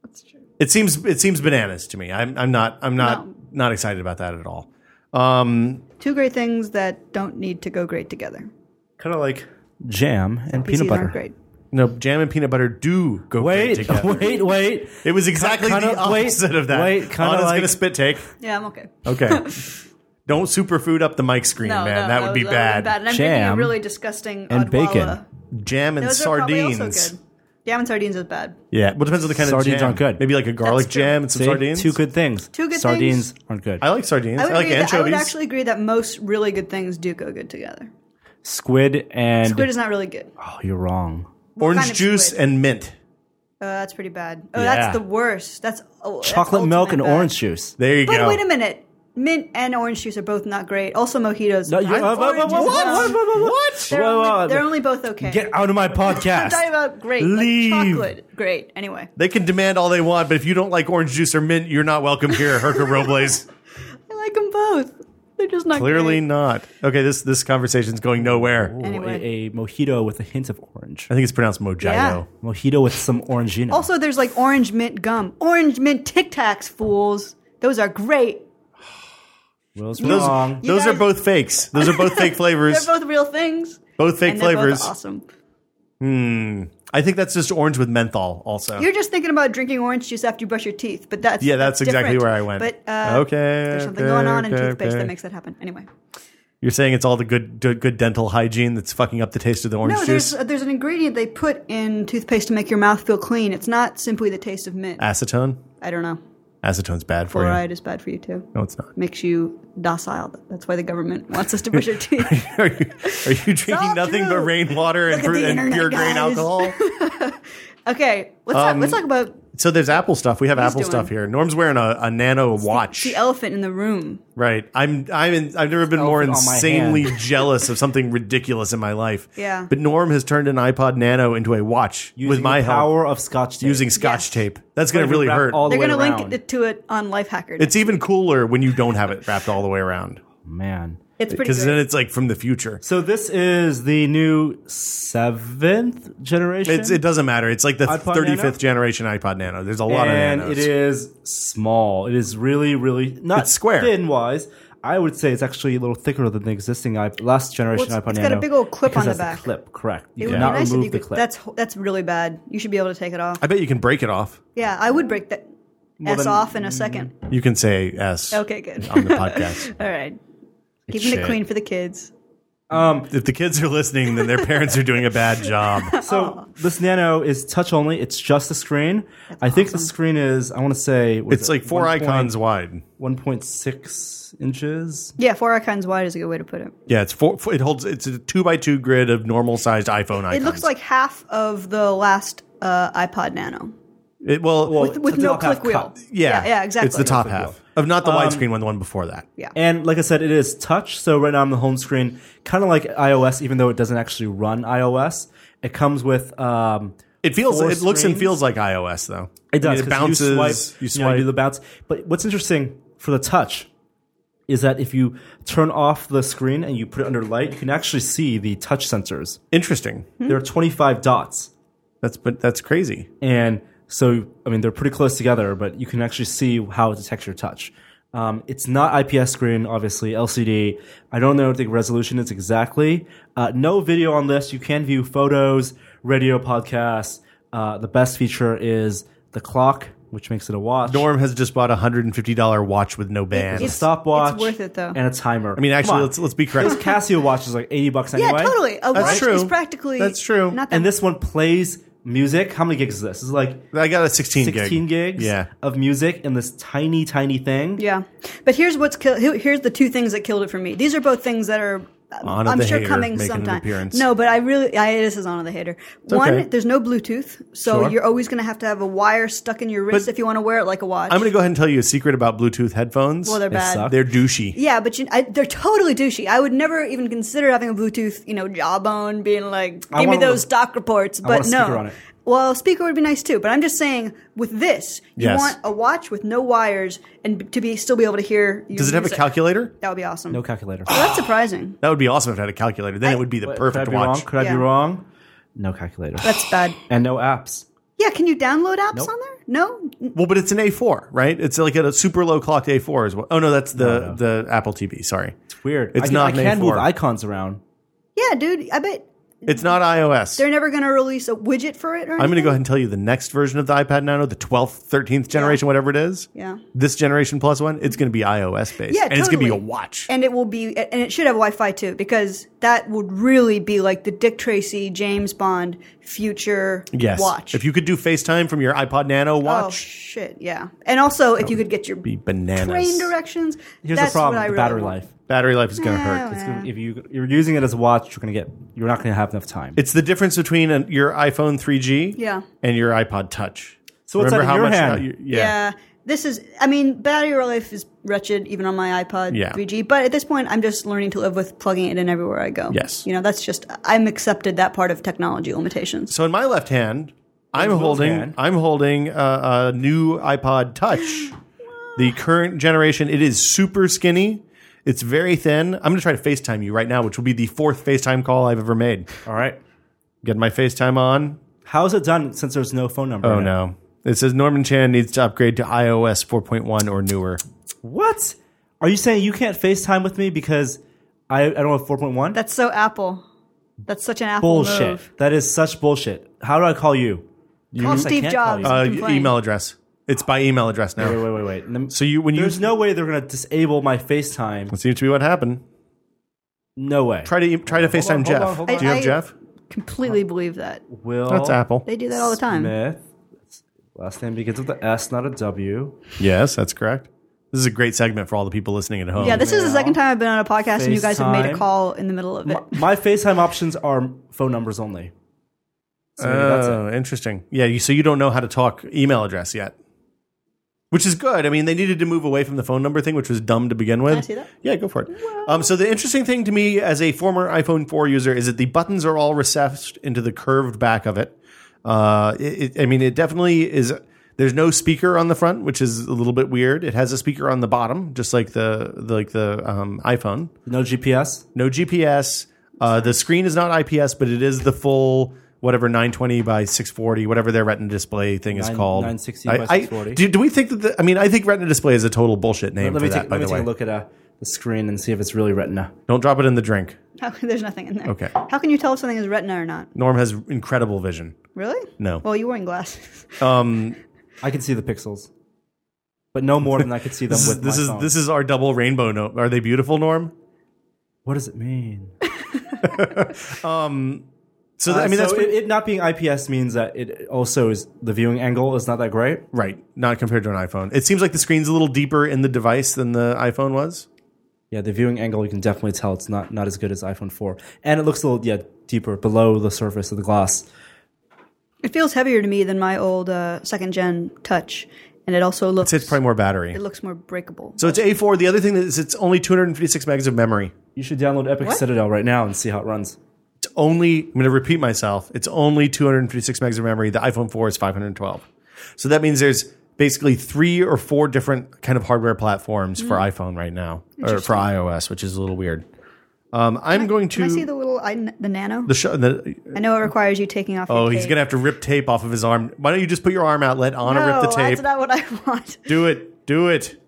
Speaker 3: That's true.
Speaker 1: It seems it seems bananas to me. I'm I'm not I'm not
Speaker 3: No.
Speaker 1: not excited about that at all. Um,
Speaker 3: Two great things that don't need to go great together.
Speaker 1: kind of like
Speaker 2: Jam and peanut
Speaker 3: PCs
Speaker 2: butter.
Speaker 3: aren't great.
Speaker 1: no jam and peanut butter do go great
Speaker 2: Wait,
Speaker 1: together.
Speaker 2: wait, wait.
Speaker 1: It was exactly
Speaker 2: Kinda-
Speaker 1: the opposite
Speaker 2: wait,
Speaker 1: of that.
Speaker 2: wait, kinda
Speaker 1: Anna's
Speaker 2: like-
Speaker 1: gonna spit take.
Speaker 3: Yeah, I'm okay.
Speaker 1: Okay. Don't superfood up the mic screen,
Speaker 3: No,
Speaker 1: Oh, man.
Speaker 3: no,
Speaker 1: that would be
Speaker 3: was-
Speaker 1: bad.
Speaker 3: And I'm thinking
Speaker 2: Jam
Speaker 3: of really disgusting
Speaker 2: and
Speaker 3: Odwalla.
Speaker 2: bacon.
Speaker 1: Jam and
Speaker 3: Those are probably
Speaker 1: sardines.
Speaker 3: also good. Jam and sardines is bad.
Speaker 1: Yeah, well, depends on the kind
Speaker 2: Sardines
Speaker 1: of jam.
Speaker 2: aren't good.
Speaker 1: Maybe like a garlic
Speaker 3: That's true.
Speaker 1: jam and some
Speaker 2: See?
Speaker 1: sardines.
Speaker 2: Two good things.
Speaker 3: Two good
Speaker 2: Sardines aren't good.
Speaker 1: I like sardines. I,
Speaker 3: I would,
Speaker 1: like
Speaker 3: agree that, I
Speaker 1: anchovies.
Speaker 3: would actually agree that most really good things do go good together.
Speaker 2: Squid and
Speaker 3: Squid is not really good. Uh,
Speaker 2: oh, you're wrong.
Speaker 1: Orange
Speaker 3: kind of
Speaker 1: juice
Speaker 3: squid?
Speaker 1: and mint.
Speaker 3: that's pretty bad. Oh,
Speaker 2: Yeah.
Speaker 3: that's the worst. That's oh, that's
Speaker 2: Chocolate milk
Speaker 3: ultimate
Speaker 2: and
Speaker 3: bad.
Speaker 2: orange juice.
Speaker 1: There you
Speaker 3: But
Speaker 1: go.
Speaker 3: wait a minute. Mint and orange juice are both not great. Also, mojitos.
Speaker 2: No, you-
Speaker 3: I-
Speaker 2: uh, what-
Speaker 3: orange
Speaker 2: what- what-
Speaker 3: is
Speaker 2: what-
Speaker 3: not-
Speaker 2: what- what- what-
Speaker 3: They're,
Speaker 2: Whoa,
Speaker 3: only,
Speaker 2: whoa,
Speaker 3: they're
Speaker 2: whoa.
Speaker 3: only both okay.
Speaker 2: Get out of my
Speaker 3: I'm talking
Speaker 2: podcast.
Speaker 3: about great.
Speaker 1: Leave.
Speaker 3: Like chocolate, great. Anyway,
Speaker 1: They can demand all they want, but if you don't like orange juice or mint, you're not welcome here, Herker Robles.
Speaker 3: I like them both. They're just not
Speaker 1: Clearly
Speaker 3: Great.
Speaker 1: not. Okay, this this conversation's going nowhere.
Speaker 2: Ooh,
Speaker 3: Anyway.
Speaker 2: a, a mojito with a hint of orange.
Speaker 1: I think it's pronounced mojito.
Speaker 3: Yeah.
Speaker 2: Mojito with some orangina.
Speaker 3: Also, there's like orange mint gum, orange mint Tic Tacs, fools. Those are great.
Speaker 2: Will's
Speaker 1: Those,
Speaker 2: wrong.
Speaker 1: those
Speaker 3: guys-
Speaker 1: are both fakes. Those are both fake flavors.
Speaker 3: They're
Speaker 1: both,
Speaker 3: both real things.
Speaker 1: fake
Speaker 3: and they're both
Speaker 1: flavors.
Speaker 3: awesome.
Speaker 1: I think that's just orange with menthol also.
Speaker 3: You're just thinking about drinking orange juice after you brush your teeth, but that's
Speaker 1: Oh. Yeah, that's exactly
Speaker 3: different.
Speaker 1: where I went.
Speaker 3: But uh,
Speaker 1: Okay,
Speaker 3: there's something
Speaker 1: okay,
Speaker 3: going on in
Speaker 1: okay,
Speaker 3: toothpaste
Speaker 1: okay.
Speaker 3: that makes that happen. Anyway,
Speaker 1: You're saying it's all the good good good dental hygiene that's fucking up the taste of the orange
Speaker 3: no,
Speaker 1: juice.
Speaker 3: there's there's an ingredient they put in toothpaste to make your mouth feel clean. It's not simply the taste of
Speaker 1: Ah.
Speaker 3: mint.
Speaker 1: Acetone.
Speaker 3: I don't know.
Speaker 1: Acetone's bad for
Speaker 3: Fluoride is bad for you too.
Speaker 1: you. No, it's not.
Speaker 3: Makes you docile. That's why the government wants us to brush our teeth.
Speaker 1: Are you, are you drinking
Speaker 3: all
Speaker 1: nothing
Speaker 3: true.
Speaker 1: but rainwater and,
Speaker 3: Look at
Speaker 1: fruit
Speaker 3: the
Speaker 1: and
Speaker 3: internet,
Speaker 1: pure grain
Speaker 3: guys.
Speaker 1: alcohol?
Speaker 3: Okay, let's talk,
Speaker 1: Um,
Speaker 3: let's talk about
Speaker 1: So there's Apple stuff. We have Apple
Speaker 3: doing?
Speaker 1: stuff here. Norm's wearing a, a Nano watch.
Speaker 3: the elephant in the room.
Speaker 1: Right. I'm I'm in, I've never been more
Speaker 2: elephant on my
Speaker 1: insanely jealous of something ridiculous in my life.
Speaker 3: Yeah.
Speaker 1: But Norm has turned an iPod Nano into a watch
Speaker 2: Using
Speaker 1: with my
Speaker 2: the
Speaker 1: help
Speaker 2: power of scotch tape.
Speaker 1: using scotch
Speaker 3: Yes.
Speaker 1: tape. That's going to
Speaker 2: Wrap
Speaker 1: really
Speaker 2: all
Speaker 1: hurt.
Speaker 2: the
Speaker 3: They're
Speaker 2: way
Speaker 3: going to link
Speaker 2: around.
Speaker 3: it to it on Lifehacker.
Speaker 1: it's even cooler when you don't have it wrapped all the way around
Speaker 2: man.
Speaker 3: it's pretty
Speaker 1: because then
Speaker 3: good.
Speaker 1: it's like from the future.
Speaker 2: So this is the new seventh generation.
Speaker 1: It's, it doesn't matter. It's like the
Speaker 2: iPod
Speaker 1: 35th
Speaker 2: Nano?
Speaker 1: generation iPod Nano. There's a lot
Speaker 2: and
Speaker 1: of nanos.
Speaker 2: it is small. It is really, really not
Speaker 1: It's square.
Speaker 2: thin wise. I would say it's actually a little thicker than the existing iP- last generation
Speaker 3: Well, it's-
Speaker 2: iPod
Speaker 3: it's got
Speaker 2: Nano.
Speaker 3: a big old clip
Speaker 2: because
Speaker 3: on the
Speaker 2: that's
Speaker 3: back.
Speaker 2: clip, correct? You
Speaker 3: It would be
Speaker 2: cannot
Speaker 3: nice if
Speaker 2: remove
Speaker 3: you
Speaker 2: the
Speaker 3: could.
Speaker 2: clip.
Speaker 3: That's that's really bad. You should be able to take it off.
Speaker 1: I bet you can break it off.
Speaker 3: Yeah, I would break that S
Speaker 2: then-
Speaker 3: off in a second.
Speaker 1: You can say S
Speaker 3: Okay, good.
Speaker 1: mm, on the podcast.
Speaker 3: All right, keeping
Speaker 2: Shit.
Speaker 3: it clean for the kids.
Speaker 1: if the kids are listening, then their parents are doing a bad job.
Speaker 2: so this Nano is touch only. It's just a screen. I think the screen is I want to say what is
Speaker 1: It's
Speaker 2: it?
Speaker 1: like four
Speaker 2: One point-
Speaker 1: icons wide.
Speaker 2: 1.6 inches.
Speaker 3: Yeah, four icons wide is a good way to put it.
Speaker 1: Yeah, it's four. It holds. It's a two by two grid of normal sized iPhone icons.
Speaker 3: It looks like half of the last uh, iPod Nano
Speaker 1: It, well,
Speaker 2: Well,
Speaker 3: with
Speaker 2: So it's
Speaker 3: no
Speaker 2: not half
Speaker 3: click wheel.
Speaker 2: cut.
Speaker 1: yeah,
Speaker 3: yeah, yeah, exactly. Um,
Speaker 1: It's the top half of not the widescreen one, the one before that.
Speaker 3: Yeah,
Speaker 2: And like I said, it is touch. So right now on the home screen, kind of like iOS, even though it doesn't actually run iOS, it comes with. Um,
Speaker 1: It feels.
Speaker 2: Four
Speaker 1: it looks and
Speaker 2: screens?
Speaker 1: feels like iOS though.
Speaker 2: it does.
Speaker 1: It
Speaker 2: 'cause
Speaker 1: bounces.
Speaker 2: You swipe.
Speaker 1: You
Speaker 2: know,
Speaker 1: swipe.
Speaker 2: do the bounce. But what's interesting for the touch is that if you turn off the screen and you put it under light, you can actually see the touch sensors.
Speaker 1: Mm-hmm. Interesting.
Speaker 2: There are 25 dots,
Speaker 1: That's but that's crazy.
Speaker 2: and so I mean they're pretty close together, but you can actually see how it detects your touch. Um, it's not IPS screen, obviously LCD. I don't know what the resolution is exactly. Uh, no video on this. You can view photos, radio, podcasts. Uh, the best feature is the clock, which makes it a watch.
Speaker 1: Norm has just bought a hundred and fifty dollar watch with no band.
Speaker 2: a stopwatch.
Speaker 3: It's worth it, though.
Speaker 2: And a timer.
Speaker 1: I mean, actually, let's let's be
Speaker 2: This
Speaker 1: correct.
Speaker 2: Casio watch is like eighty bucks
Speaker 3: yeah,
Speaker 2: anyway.
Speaker 3: totally. A watch is
Speaker 1: true.
Speaker 3: practically
Speaker 1: That's true.
Speaker 3: Not that
Speaker 2: And this one plays music. How many gigs is this? It's like
Speaker 1: I got a sixteen, gig.
Speaker 2: sixteen gigs
Speaker 1: Yeah.
Speaker 2: of music in this tiny, tiny thing.
Speaker 3: Yeah, but here's what's kill- here- here's the two things that killed it for me. These are both things that are
Speaker 1: Anna
Speaker 3: I'm
Speaker 1: the
Speaker 3: sure
Speaker 1: Hater
Speaker 3: coming
Speaker 1: making an
Speaker 3: sometime.
Speaker 1: appearance.
Speaker 3: No, but I really I, this is Anna the hater. One,
Speaker 1: okay.
Speaker 3: there's no Bluetooth, so
Speaker 1: Sure.
Speaker 3: you're always going to have to have a wire stuck in your wrist
Speaker 1: But-
Speaker 3: if you want to wear it like a watch.
Speaker 1: I'm going to go ahead and tell you a secret about Bluetooth headphones.
Speaker 3: well, they're bad.
Speaker 2: suck.
Speaker 1: they're douchey.
Speaker 3: Yeah, but you, I, they're totally douchey. I would never even consider having a Bluetooth, you know, jawbone being like,
Speaker 2: I
Speaker 3: give me
Speaker 2: want a
Speaker 3: those
Speaker 2: little-
Speaker 3: doc reports. But
Speaker 2: want a
Speaker 3: no.
Speaker 2: speaker on it.
Speaker 3: Well, speaker would be nice too. But I'm just saying, with this, you
Speaker 1: Yes.
Speaker 3: want a watch with no wires and b- to be still be able to hear. Your
Speaker 1: Does it have a
Speaker 3: music.
Speaker 1: calculator?
Speaker 3: That would be awesome.
Speaker 2: No calculator.
Speaker 3: Well, that's surprising.
Speaker 1: That would be awesome if it had a calculator. Then
Speaker 3: I-
Speaker 1: it would be the
Speaker 2: But
Speaker 1: perfect
Speaker 2: Could I be
Speaker 1: watch.
Speaker 2: wrong? Could I
Speaker 3: Yeah.
Speaker 2: be wrong? No calculator.
Speaker 3: That's bad.
Speaker 2: and no apps.
Speaker 3: Yeah, can you download apps
Speaker 2: Nope.
Speaker 3: on there? No? N-
Speaker 1: Well, but it's an A4, right? It's like at a super low clocked A4 as well. Oh no, that's the
Speaker 2: No, no.
Speaker 1: the Apple TV. Sorry,
Speaker 2: Weird.
Speaker 1: It's
Speaker 2: I can,
Speaker 1: not
Speaker 2: I
Speaker 1: an
Speaker 2: can move
Speaker 1: A4.
Speaker 2: icons around.
Speaker 3: Yeah, dude, I bet
Speaker 1: It's not iOS.
Speaker 3: They're never going to release a widget for it or
Speaker 1: I'm going to go ahead and tell you the next version of the iPad Nano, the 12th, 13th generation, whatever it is.
Speaker 3: Yeah.
Speaker 1: This generation plus one, it's going to be iOS based.
Speaker 3: Yeah,
Speaker 1: and it's going to be a
Speaker 3: totally.
Speaker 1: watch.
Speaker 3: And it will be, and it should have Wi-Fi too, because that would really be like the Dick Tracy, James Bond future
Speaker 1: yes.
Speaker 3: watch.
Speaker 1: If you could do FaceTime from your iPod Nano
Speaker 3: oh
Speaker 1: watch,
Speaker 3: shit, yeah. And also, if you could get your
Speaker 1: be bananas.
Speaker 3: train directions,
Speaker 2: Here's
Speaker 3: that's
Speaker 2: the problem:
Speaker 3: what I Uh.
Speaker 2: with the
Speaker 3: really
Speaker 2: battery
Speaker 3: want.
Speaker 2: life.
Speaker 1: Battery life is going to
Speaker 3: Yeah,
Speaker 1: hurt.
Speaker 3: well.
Speaker 2: If you you're using it as a watch, you're gonna get you're not gonna have enough time.
Speaker 1: It's the difference between an, your iPhone 3G
Speaker 3: Yeah.
Speaker 1: and your iPod Touch.
Speaker 2: So what's that in your hand?
Speaker 1: uh, you-
Speaker 3: Yeah. This is, I mean, battery life is wretched even on my iPod
Speaker 1: Yeah.
Speaker 3: 3G, but at this point, I'm just learning to live with plugging it in everywhere I go.
Speaker 1: Yes.
Speaker 3: You know, that's just, I'm accepted that part of technology limitations.
Speaker 1: So in my left hand, I'm
Speaker 2: Will's
Speaker 1: holding
Speaker 2: hand.
Speaker 1: I'm holding uh, a new iPod Touch, the current generation. It is super skinny. It's very thin. I'm going to try to FaceTime you right now, which will be the fourth FaceTime call I've ever made.
Speaker 2: All right.
Speaker 1: Get my FaceTime on.
Speaker 2: How is it done since there's no phone number?
Speaker 1: Oh
Speaker 2: in it?
Speaker 1: no. It says Norman Chan needs to upgrade to iOS 4.1 or newer.
Speaker 2: What? Are you saying you can't FaceTime with me because I, I don't have 4.1?
Speaker 3: That's so Apple. That's such an Apple
Speaker 2: bullshit.
Speaker 3: move.
Speaker 2: That is such bullshit. How do I call you?
Speaker 3: Call
Speaker 2: I
Speaker 3: Steve
Speaker 2: can't call
Speaker 3: Jobs.
Speaker 2: you.
Speaker 1: Uh,
Speaker 3: and complain.
Speaker 1: email address. It's by email address
Speaker 2: Wait,
Speaker 1: now.
Speaker 2: wait, wait, wait. Lem-
Speaker 1: So you when you
Speaker 2: There's no way they're gonna disable my FaceTime.
Speaker 1: seems to be what happened.
Speaker 2: No way.
Speaker 1: Try to e, try to FaceTime
Speaker 2: on, hold
Speaker 1: Jeff.
Speaker 2: on, hold on.
Speaker 1: Do you have
Speaker 3: I-
Speaker 1: Jeff?
Speaker 3: Completely believe that.
Speaker 2: Will
Speaker 1: That's Apple.
Speaker 3: They do that all the time.
Speaker 2: Smith. Last name begins with the S, not a W.
Speaker 1: Yes, that's correct. This is a great segment for all the people listening at home.
Speaker 3: Yeah, this is the second time I've been on a podcast and you guys have made a
Speaker 2: FaceTime.
Speaker 3: call in the middle of it.
Speaker 2: My FaceTime options are phone numbers only. So maybe that's it.
Speaker 1: Oh, interesting. Yeah, you, so you don't know how to talk email address yet, which is good. I mean, they needed to move away from the phone number thing, which was dumb to begin with.
Speaker 3: I see that?
Speaker 1: Yeah, go for it. Um, so the interesting thing to me as a former iPhone 4 user is that the buttons are all recessed into the curved back of it. Uh, it, it I mean, it definitely is. There's no speaker on the front, which is a little bit weird. It has a speaker on the bottom, just like the like the um, iPhone.
Speaker 2: No GPS.
Speaker 1: no GPS. Uh, the screen is not IPS, but it is the full whatever 920 by 640, whatever their Retina display thing is
Speaker 2: Nine-
Speaker 1: called.
Speaker 2: 960
Speaker 1: I-
Speaker 2: by
Speaker 1: I-
Speaker 2: 640.
Speaker 1: do, do we think that? The, I mean, I think Retina display is a total bullshit name
Speaker 2: Let
Speaker 1: for
Speaker 2: me
Speaker 1: that.
Speaker 2: take,
Speaker 1: by
Speaker 2: let me
Speaker 1: the
Speaker 2: take
Speaker 1: way,
Speaker 2: a look at uh, the screen and see if it's really Retina.
Speaker 1: don't drop it in the drink.
Speaker 3: How, there's nothing in there.
Speaker 1: Okay.
Speaker 3: How can you tell if something is retina or not?
Speaker 1: Norm has incredible vision.
Speaker 3: Really?
Speaker 1: No.
Speaker 3: Well, you're wearing glasses.
Speaker 1: Um,
Speaker 2: I can see the pixels, but no more than I could see them
Speaker 1: this is
Speaker 2: with
Speaker 1: this
Speaker 2: my
Speaker 1: is,
Speaker 2: phone.
Speaker 1: this is our double rainbow. No, are they beautiful, Norm?
Speaker 2: What does it mean?
Speaker 1: Uh, So th- I mean, that's
Speaker 2: Uh, so
Speaker 1: pretty,
Speaker 2: it, it not being IPS means that it also is the viewing angle is not that great.
Speaker 1: right. Not compared to an iPhone. It seems like the screen's a little deeper in the device than the iPhone was.
Speaker 2: Yeah, the viewing angle you can definitely tell it's not not as good as iPhone four, and it looks a little yeah deeper below the surface of the glass.
Speaker 3: It feels heavier to me than my old uh, second gen touch, and it also looks
Speaker 1: It takes probably more battery.
Speaker 3: it looks more breakable.
Speaker 1: So it's A4. The other thing is it's only 256 megs of memory.
Speaker 2: You should download Epic
Speaker 3: What?
Speaker 2: Citadel right now and see how it runs.
Speaker 1: it's only I'm going to repeat myself. It's only 256 megs of memory. The iPhone 4 is 512. So that means there's basically three or four different kind of hardware platforms for
Speaker 3: Mm-hmm.
Speaker 1: iPhone right now or for iOS, which is a little weird. Um, I'm going to
Speaker 3: Can I see the little I, the nano?
Speaker 1: the, show, the
Speaker 3: I know it requires you taking off.
Speaker 1: oh
Speaker 3: your
Speaker 1: he's
Speaker 3: cape.
Speaker 1: going to have to rip tape off of his arm. Why don't you just put your arm out? Let Anna
Speaker 3: No,
Speaker 1: rip the tape.
Speaker 3: Oh, that's not what I want.
Speaker 1: Do it. Do it.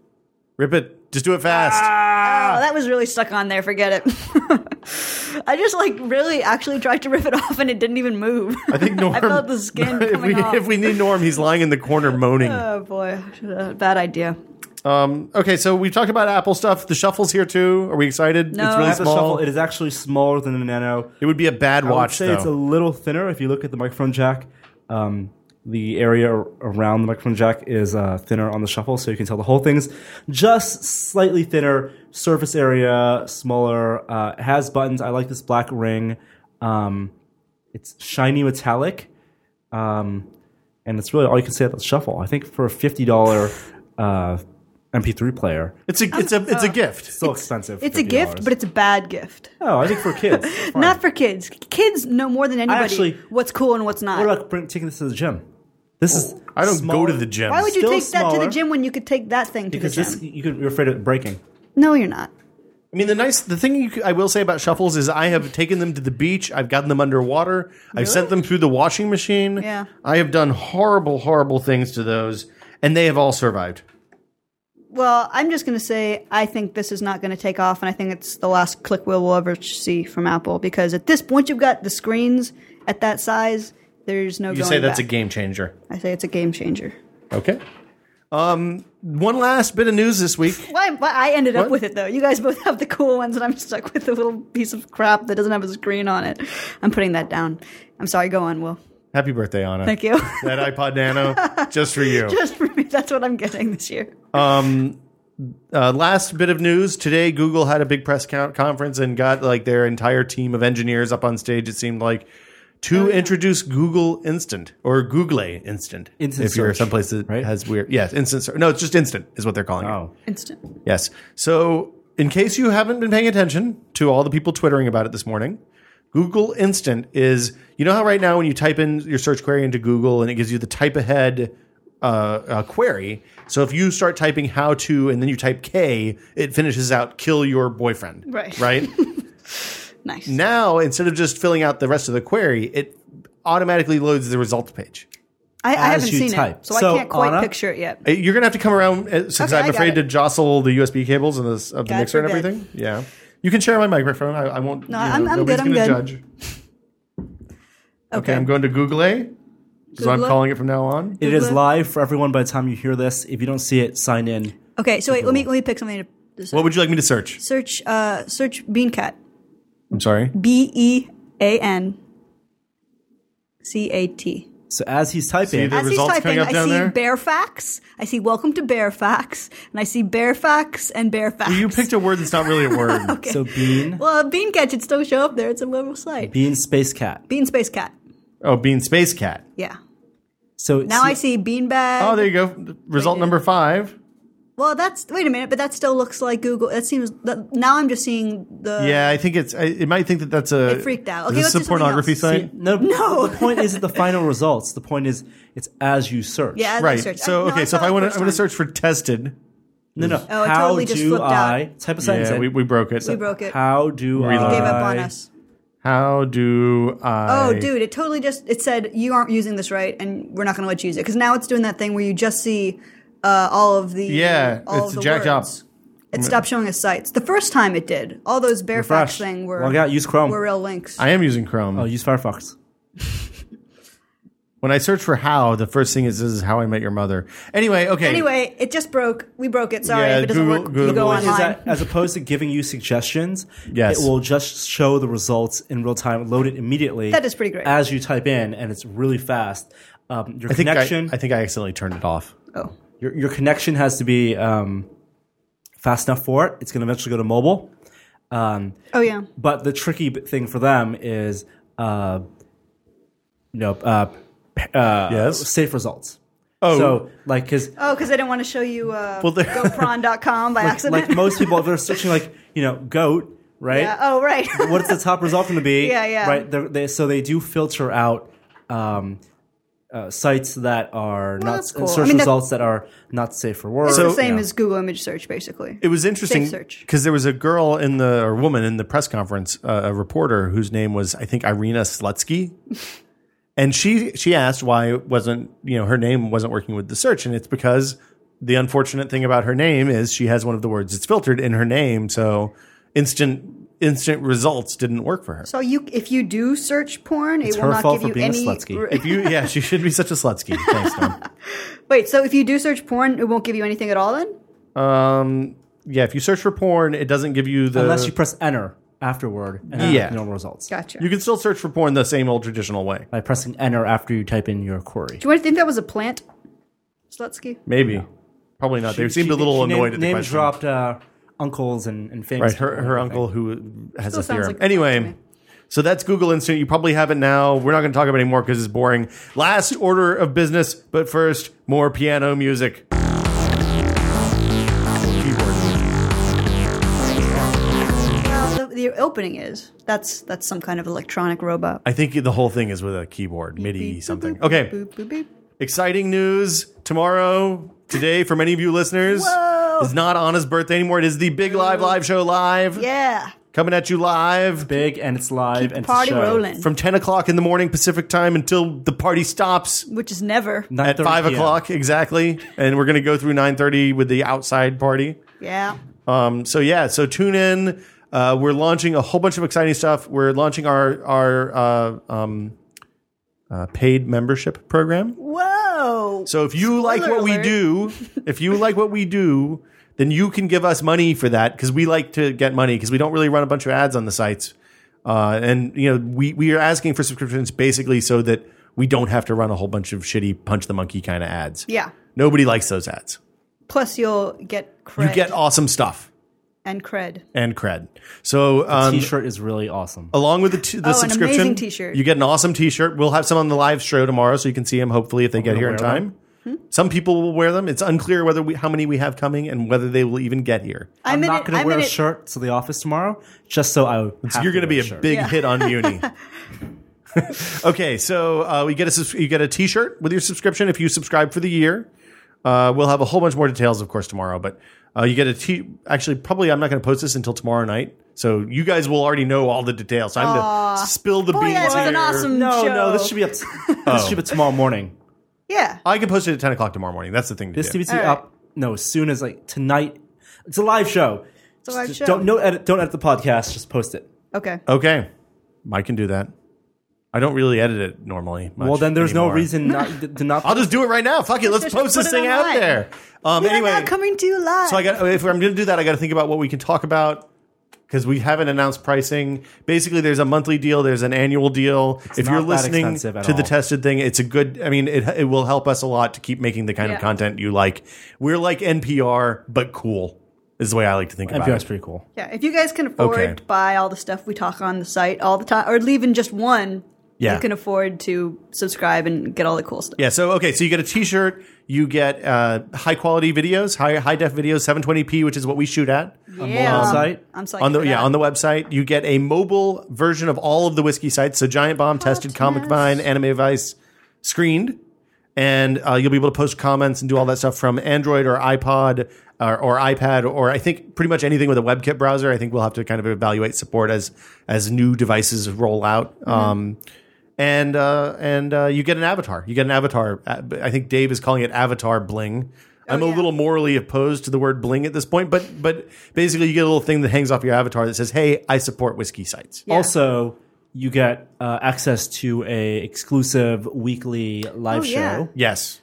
Speaker 1: Rip it. Just do it fast. Ah.
Speaker 3: Oh, that was really stuck on there. Forget it. I just like really actually tried to rip it off, and it didn't even move.
Speaker 1: I think Norm.
Speaker 3: I felt the skin
Speaker 1: if
Speaker 3: coming
Speaker 1: we
Speaker 3: off.
Speaker 1: if we need Norm, he's lying in the corner moaning.
Speaker 3: oh boy, Uh, bad idea.
Speaker 1: Um, Okay, so we talked about Apple stuff. The shuffle's here too. Are we excited?
Speaker 3: No.
Speaker 1: It's really
Speaker 3: I
Speaker 2: At the shuffle,
Speaker 1: small.
Speaker 2: it is actually smaller than the Nano.
Speaker 1: It would be a bad
Speaker 2: I would
Speaker 1: watch
Speaker 2: say
Speaker 1: though.
Speaker 2: it's a little thinner. If you look at the microphone jack, um, the area ar- around the microphone jack is uh, thinner on the shuffle, so you can tell the whole thing's just slightly thinner. Surface area smaller. Uh, it has buttons. I like this black ring. Um, it's shiny metallic, um, and it's really all you can say about the shuffle. I think for a fifty dollar uh, MP3 player, it's
Speaker 1: it's a it's a
Speaker 3: Uh,
Speaker 1: it's a gift.
Speaker 2: still expensive. for
Speaker 3: It's a
Speaker 2: $50.
Speaker 3: gift, but it's a bad gift.
Speaker 2: oh, I think for kids. it's fine.
Speaker 3: Not for kids. Kids know more than anybody
Speaker 2: actually-
Speaker 3: what's cool and what's not.
Speaker 2: What about bring, taking this to the gym? This is
Speaker 1: I don't
Speaker 2: smaller-
Speaker 1: go to the gym.
Speaker 3: Why would you
Speaker 2: Still
Speaker 3: take that to
Speaker 2: smaller.
Speaker 3: the gym when you could take that thing to
Speaker 2: because
Speaker 3: the
Speaker 2: this
Speaker 3: gym?
Speaker 2: you could, you're afraid of it breaking.
Speaker 3: No, you're not.
Speaker 1: I mean, the nice the thing you, c- I will say about shuffles is I have taken them to the beach. I've gotten them underwater. I've sent them through the washing machine.
Speaker 3: Yeah.
Speaker 1: I have done horrible horrible things to those, and they have all survived.
Speaker 3: Well, I'm just going to say I think this is not going to take off, and I think it's the last click wheel we'll ever see from Apple because at this point, you've got the screens at that size. There's no.
Speaker 1: You
Speaker 3: going
Speaker 1: say that's
Speaker 3: back.
Speaker 1: a game changer.
Speaker 3: I say it's a game changer.
Speaker 1: Okay. Um, one last bit of news this week.
Speaker 3: Why? why I ended
Speaker 1: What?
Speaker 3: up with it though. You guys both have the cool ones, and I'm stuck with the little piece of crap that doesn't have a screen on it. I'm putting that down. I'm sorry. Go on, Will.
Speaker 1: Happy birthday, Anna.
Speaker 3: Thank you.
Speaker 1: That iPod Nano, just for you.
Speaker 3: Just for me, that's what I'm getting this year.
Speaker 1: Uh, last bit of news today: Google had a big press co- conference and got like their entire team of engineers up on stage. It seemed like
Speaker 2: Oh,
Speaker 1: to introduce Google Instant or Google Instant.
Speaker 2: Instant
Speaker 1: if you're
Speaker 2: search,
Speaker 1: someplace that
Speaker 2: right?
Speaker 1: has weird, yes, instant. Search. No, it's just Instant is what they're calling it.
Speaker 2: Oh.
Speaker 3: Instant.
Speaker 1: Yes. So, in case you haven't been paying attention to all the people twittering about it this morning, Google Instant is you know how right now when you type in your search query into Google and it gives you the type ahead uh, uh, query. So if you start typing how to and then you type K, it finishes out kill your boyfriend.
Speaker 3: Right.
Speaker 1: Right.
Speaker 3: Nice.
Speaker 1: now instead of just filling out the rest of the query, it automatically loads the results page.
Speaker 3: I, I
Speaker 2: As
Speaker 3: haven't
Speaker 2: you
Speaker 3: seen
Speaker 2: type.
Speaker 3: it, so,
Speaker 2: So,
Speaker 3: I can't quite
Speaker 2: Anna?
Speaker 3: picture it yet.
Speaker 1: Uh, You're gonna have to come around uh, since
Speaker 3: Okay, I
Speaker 1: I'm
Speaker 3: got
Speaker 1: afraid to
Speaker 3: it.
Speaker 1: jostle the USB cables and this of the
Speaker 3: God
Speaker 1: mixer and
Speaker 3: forbid.
Speaker 1: everything. Yeah, you can share my microphone. I, I won't.
Speaker 3: No,
Speaker 1: you
Speaker 3: I'm- I'm
Speaker 1: nobody's
Speaker 3: good, I'm
Speaker 1: gonna
Speaker 3: good.
Speaker 1: Judge. Okay, I'm going to Google A. Is what I'm
Speaker 3: Google.
Speaker 1: calling it from now on.
Speaker 2: It is
Speaker 3: Google.
Speaker 2: live for everyone by the time you hear this. If you don't see it, sign in.
Speaker 3: Okay, so wait, let me let me pick something to decide.
Speaker 1: What would you like me to search?
Speaker 3: search uh search Beancat.
Speaker 1: I'm sorry.
Speaker 3: B E A N C A T.
Speaker 2: So as he's typing,
Speaker 1: the-
Speaker 3: As he's
Speaker 1: results coming
Speaker 3: typing,
Speaker 1: up
Speaker 3: I
Speaker 1: down
Speaker 3: see
Speaker 1: there?
Speaker 3: Bear Facts. I see Welcome to Bear Facts, and I see Bear Facts and Bear Facts.
Speaker 1: You picked a word that's not really a word.
Speaker 2: so bean,
Speaker 3: well, Beancat should still show up there. It's a liberal site.
Speaker 2: bean space cat.
Speaker 3: Bean Space Cat.
Speaker 1: Oh, being space cat.
Speaker 3: Yeah.
Speaker 2: So
Speaker 3: Now
Speaker 2: see-
Speaker 3: I see Beanbag.
Speaker 1: Oh, there you go. Result number five.
Speaker 3: Well, that's wait a minute, but that still looks like Google. That seems that, now I'm just seeing the
Speaker 1: Yeah, I think it's. I, it might think that that's a.
Speaker 3: I freaked out.
Speaker 1: Is
Speaker 3: Okay,
Speaker 1: this
Speaker 3: let's do
Speaker 1: a
Speaker 3: something
Speaker 1: pornography
Speaker 3: else.
Speaker 1: site?
Speaker 2: No, no. The point isn't the final results. The point is it's as you search.
Speaker 3: yeah as I
Speaker 1: Right.
Speaker 3: search. I-
Speaker 1: So
Speaker 3: no,
Speaker 1: okay.
Speaker 3: I
Speaker 1: So if
Speaker 3: saw
Speaker 1: I
Speaker 3: it
Speaker 1: want to,
Speaker 3: first
Speaker 1: I'm going to
Speaker 3: time.
Speaker 1: search for tested.
Speaker 2: No, no.
Speaker 3: Oh, I
Speaker 2: how
Speaker 3: totally just
Speaker 2: do
Speaker 3: flipped
Speaker 2: I
Speaker 3: out.
Speaker 2: type a sentence?
Speaker 1: Yeah, we, we broke it.
Speaker 3: we broke it.
Speaker 2: How do I
Speaker 1: Reload.
Speaker 3: Gave up on us.
Speaker 1: How do I?
Speaker 3: Oh, dude, it totally just it said you aren't using this right, and we're not going to let you use it because now it's doing that thing where you just see uh, all of the
Speaker 1: Yeah,
Speaker 3: all
Speaker 1: it's
Speaker 3: of the
Speaker 1: jacked up.
Speaker 3: words. It stopped showing us sites. The first time it did, all those bare
Speaker 2: Refresh.
Speaker 3: facts thing were
Speaker 2: Log out, use Chrome.
Speaker 3: were real links.
Speaker 1: I am using Chrome.
Speaker 2: Oh, use Firefox.
Speaker 1: When I search for how, the first thing is this is how I met your mother. Anyway, okay.
Speaker 3: anyway, it just broke. We broke it. Sorry,
Speaker 1: Yeah,
Speaker 3: if it doesn't
Speaker 1: Google-
Speaker 3: work, you
Speaker 1: Google
Speaker 3: go
Speaker 1: is
Speaker 2: Point Is
Speaker 3: online.
Speaker 2: that as opposed to giving you suggestions,
Speaker 1: Yes.
Speaker 2: it will just show the results in real time, load it immediately.
Speaker 3: That is pretty great.
Speaker 2: As you type in, and it's really fast. Um, your
Speaker 1: I think I,
Speaker 2: connection,
Speaker 1: I think I accidentally turned it off.
Speaker 3: oh,
Speaker 2: your, your connection has to be um, fast enough for it. It's going to eventually go to mobile. Um,
Speaker 3: oh yeah.
Speaker 2: But the tricky b- thing for them is, uh, you know, uh, p- uh,
Speaker 1: Yes.
Speaker 2: safe results.
Speaker 1: Oh.
Speaker 2: so like because
Speaker 3: Oh, because I didn't want to show you uh,
Speaker 1: Well, there-
Speaker 3: GoPron.com by accident.
Speaker 2: like most people, if they're searching like you know goat, right?
Speaker 3: yeah. Oh, right.
Speaker 2: What's the top result going to be?
Speaker 3: Yeah, yeah.
Speaker 2: Right. They're, they, so they do filter out um, uh, sites that are not
Speaker 3: that's cool.
Speaker 2: search
Speaker 3: I mean, that-
Speaker 2: results that are not safe for work.
Speaker 3: it's
Speaker 1: So- uh,
Speaker 3: the same
Speaker 2: Yeah.
Speaker 3: as Google image search, basically.
Speaker 1: It was interesting
Speaker 3: Safe search.
Speaker 1: because there was a girl in the or woman in the press conference, uh, a reporter whose name was I think Irina Slutsky, and she she asked why it wasn't you know her name wasn't working with the search, and it's because the unfortunate thing about her name is she has one of the words that's filtered in her name, so instant instant results didn't work for her.
Speaker 3: So you, if you do search porn, it
Speaker 2: her
Speaker 3: will not
Speaker 2: fault
Speaker 3: give
Speaker 2: for
Speaker 3: you
Speaker 2: being a
Speaker 3: any.
Speaker 2: slutsky.
Speaker 1: If you yeah, she should be such a Slutsky. Thanks, Tom.
Speaker 3: Wait, so if you do search porn, it won't give you anything at all then?
Speaker 1: Um, yeah, if you search for porn, it doesn't give you the.
Speaker 2: unless you press enter afterward and then
Speaker 1: Yeah.
Speaker 2: the normal results.
Speaker 3: Gotcha.
Speaker 1: you can still search for porn the same old traditional way.
Speaker 2: By pressing enter after you type in your query.
Speaker 3: do you want to think that was a plant? Slutsky?
Speaker 1: Maybe, probably not. they seemed
Speaker 2: She-
Speaker 1: a little
Speaker 2: she
Speaker 1: annoyed
Speaker 2: name,
Speaker 1: at the
Speaker 2: name
Speaker 1: question.
Speaker 2: dropped uh, uncles and, and famous.
Speaker 1: Right, her
Speaker 2: people,
Speaker 1: her
Speaker 2: I
Speaker 1: uncle
Speaker 2: think.
Speaker 1: who has
Speaker 3: Still
Speaker 1: a
Speaker 3: sounds
Speaker 1: theorem.
Speaker 3: like a plant to
Speaker 1: anyway,
Speaker 3: me.
Speaker 1: so that's Google Instant. You probably have it now. We're not going to talk about it anymore because it's boring. Last order of business, but first, more piano music.
Speaker 3: Well, the, the opening is. That's that's some kind of electronic robot.
Speaker 1: I think the whole thing is with a keyboard, MIDI something. Okay,
Speaker 3: Boop, boop, boop.
Speaker 1: exciting news tomorrow today for many of you listeners
Speaker 3: Whoa.
Speaker 1: it's not anna's birthday anymore it is the big live live show live
Speaker 3: Yeah.
Speaker 1: coming at you live
Speaker 2: Big and it's live and it's a
Speaker 3: Party
Speaker 2: show.
Speaker 3: rolling,
Speaker 1: from 10 o'clock in the morning Pacific time until the party stops
Speaker 3: which is never.
Speaker 2: 9:30
Speaker 1: at 5
Speaker 2: PM.
Speaker 1: o'clock exactly and we're going to go through 9.30 with the outside party
Speaker 3: Yeah.
Speaker 1: Um, so yeah, so tune in. Uh, we're launching a whole bunch of exciting stuff. We're launching our our uh, um, uh, paid membership program.
Speaker 3: Whoa.
Speaker 1: So if you like
Speaker 3: Spoiler
Speaker 1: what we
Speaker 3: alert.
Speaker 1: do, if you like what we do, then you can give us money for that because we like to get money because we don't really run a bunch of ads on the sites. Uh, and you know we we are asking for subscriptions basically so that we don't have to run a whole bunch of shitty punch the monkey kind of ads.
Speaker 3: Yeah.
Speaker 1: Nobody likes those ads.
Speaker 3: Plus, you'll get cred
Speaker 1: You get awesome stuff
Speaker 3: and cred.
Speaker 1: and cred. So um,
Speaker 2: T-shirt is really awesome.
Speaker 1: along with the, t- the
Speaker 3: Oh, an
Speaker 1: subscription
Speaker 3: amazing t-shirt.
Speaker 1: you get an awesome t-shirt we'll have some on the live show tomorrow so you can see them hopefully if they get
Speaker 2: gonna
Speaker 1: here in
Speaker 2: wear
Speaker 1: time some people will wear them it's unclear whether we, how many we have coming and whether they will even get here
Speaker 2: I'm
Speaker 3: in
Speaker 2: not
Speaker 3: it-
Speaker 2: going to
Speaker 3: I'm
Speaker 2: wear
Speaker 3: in
Speaker 2: a
Speaker 3: it-
Speaker 2: shirt to the office tomorrow, just so I.
Speaker 1: so you're going to be a big
Speaker 3: Yeah.
Speaker 1: hit on muni okay so uh, you get a subs- you get a t-shirt with your subscription if you subscribe for the year uh, we'll have a whole bunch more details of course tomorrow but uh, you get a t actually probably i'm not going to post this until tomorrow night so you guys will already know all the details. I'm to spill the
Speaker 3: Boy,
Speaker 1: beans.
Speaker 3: that was an
Speaker 1: here.
Speaker 3: awesome
Speaker 2: No,
Speaker 3: show.
Speaker 2: no, this should be up. This
Speaker 1: Oh.
Speaker 2: should be tomorrow morning.
Speaker 3: Yeah.
Speaker 1: I can post it at 10 o'clock tomorrow morning. That's the thing to
Speaker 2: This
Speaker 1: do.
Speaker 2: needs to
Speaker 3: All
Speaker 2: be
Speaker 3: right.
Speaker 2: up. No, as soon as like tonight. It's a live show. It's
Speaker 3: a live show.
Speaker 2: Don't no edit. Don't edit the podcast. Just post it.
Speaker 3: Okay.
Speaker 1: okay. I can do that. I don't really edit it normally. much
Speaker 2: Well, then there's no
Speaker 1: anymore.
Speaker 2: reason not to not.
Speaker 1: I'll just do it right now. Fuck it. Let's
Speaker 3: Just
Speaker 1: post
Speaker 3: put
Speaker 1: this
Speaker 3: it
Speaker 1: thing out
Speaker 3: online.
Speaker 1: there. Um,
Speaker 3: We are
Speaker 1: anyway,
Speaker 3: now coming to you live.
Speaker 1: so I got if I'm going to do that, I got to think about what we can talk about because we haven't announced pricing. Basically, there's a monthly deal, there's an annual deal. if
Speaker 2: not
Speaker 1: you're
Speaker 2: that
Speaker 1: listening to
Speaker 2: expensive at
Speaker 1: the
Speaker 2: all.
Speaker 1: tested thing, it's a good. I mean, it it will help us a lot to keep making the kind of
Speaker 3: Yeah.
Speaker 1: content you like. We're like NPR, but cool is the way I like to think about
Speaker 2: NPR's
Speaker 1: it.
Speaker 2: pretty cool.
Speaker 3: yeah. If you guys can afford
Speaker 1: Okay.
Speaker 3: to buy all the stuff we talk on the site all the time, or leave in just one,
Speaker 1: Yeah.
Speaker 3: you can afford to subscribe and get all the cool stuff.
Speaker 1: Yeah. So okay. So you get a T-shirt. You get uh, high quality videos, high high def videos, 720p, which is what we shoot at
Speaker 3: Yeah.
Speaker 2: website?
Speaker 3: I'm psyched
Speaker 1: on the
Speaker 3: for
Speaker 1: yeah
Speaker 3: that.
Speaker 1: on the website. You get a mobile version of all of the whiskey sites. So Giant Bomb tested, Comic
Speaker 3: mess.
Speaker 1: Vine, Anime Vice, screened, and uh, you'll be able to post comments and do all that stuff from Android or iPod or, or iPad or I think pretty much anything with a WebKit browser. I think we'll have to kind of evaluate support as as new devices roll out.
Speaker 2: Mm-hmm.
Speaker 1: Um, and uh, and uh, you get an avatar. You get an avatar. Uh, I think Dave is calling it avatar bling.
Speaker 2: Oh,
Speaker 1: I'm a
Speaker 3: yeah.
Speaker 1: little morally opposed to the word bling at this point, but but basically you get a little thing that hangs off your avatar that says, "Hey, I support whiskey sites."
Speaker 3: Yeah.
Speaker 2: Also, you get uh, access to a exclusive weekly live
Speaker 3: Oh,
Speaker 2: show
Speaker 3: yeah.
Speaker 1: Yes,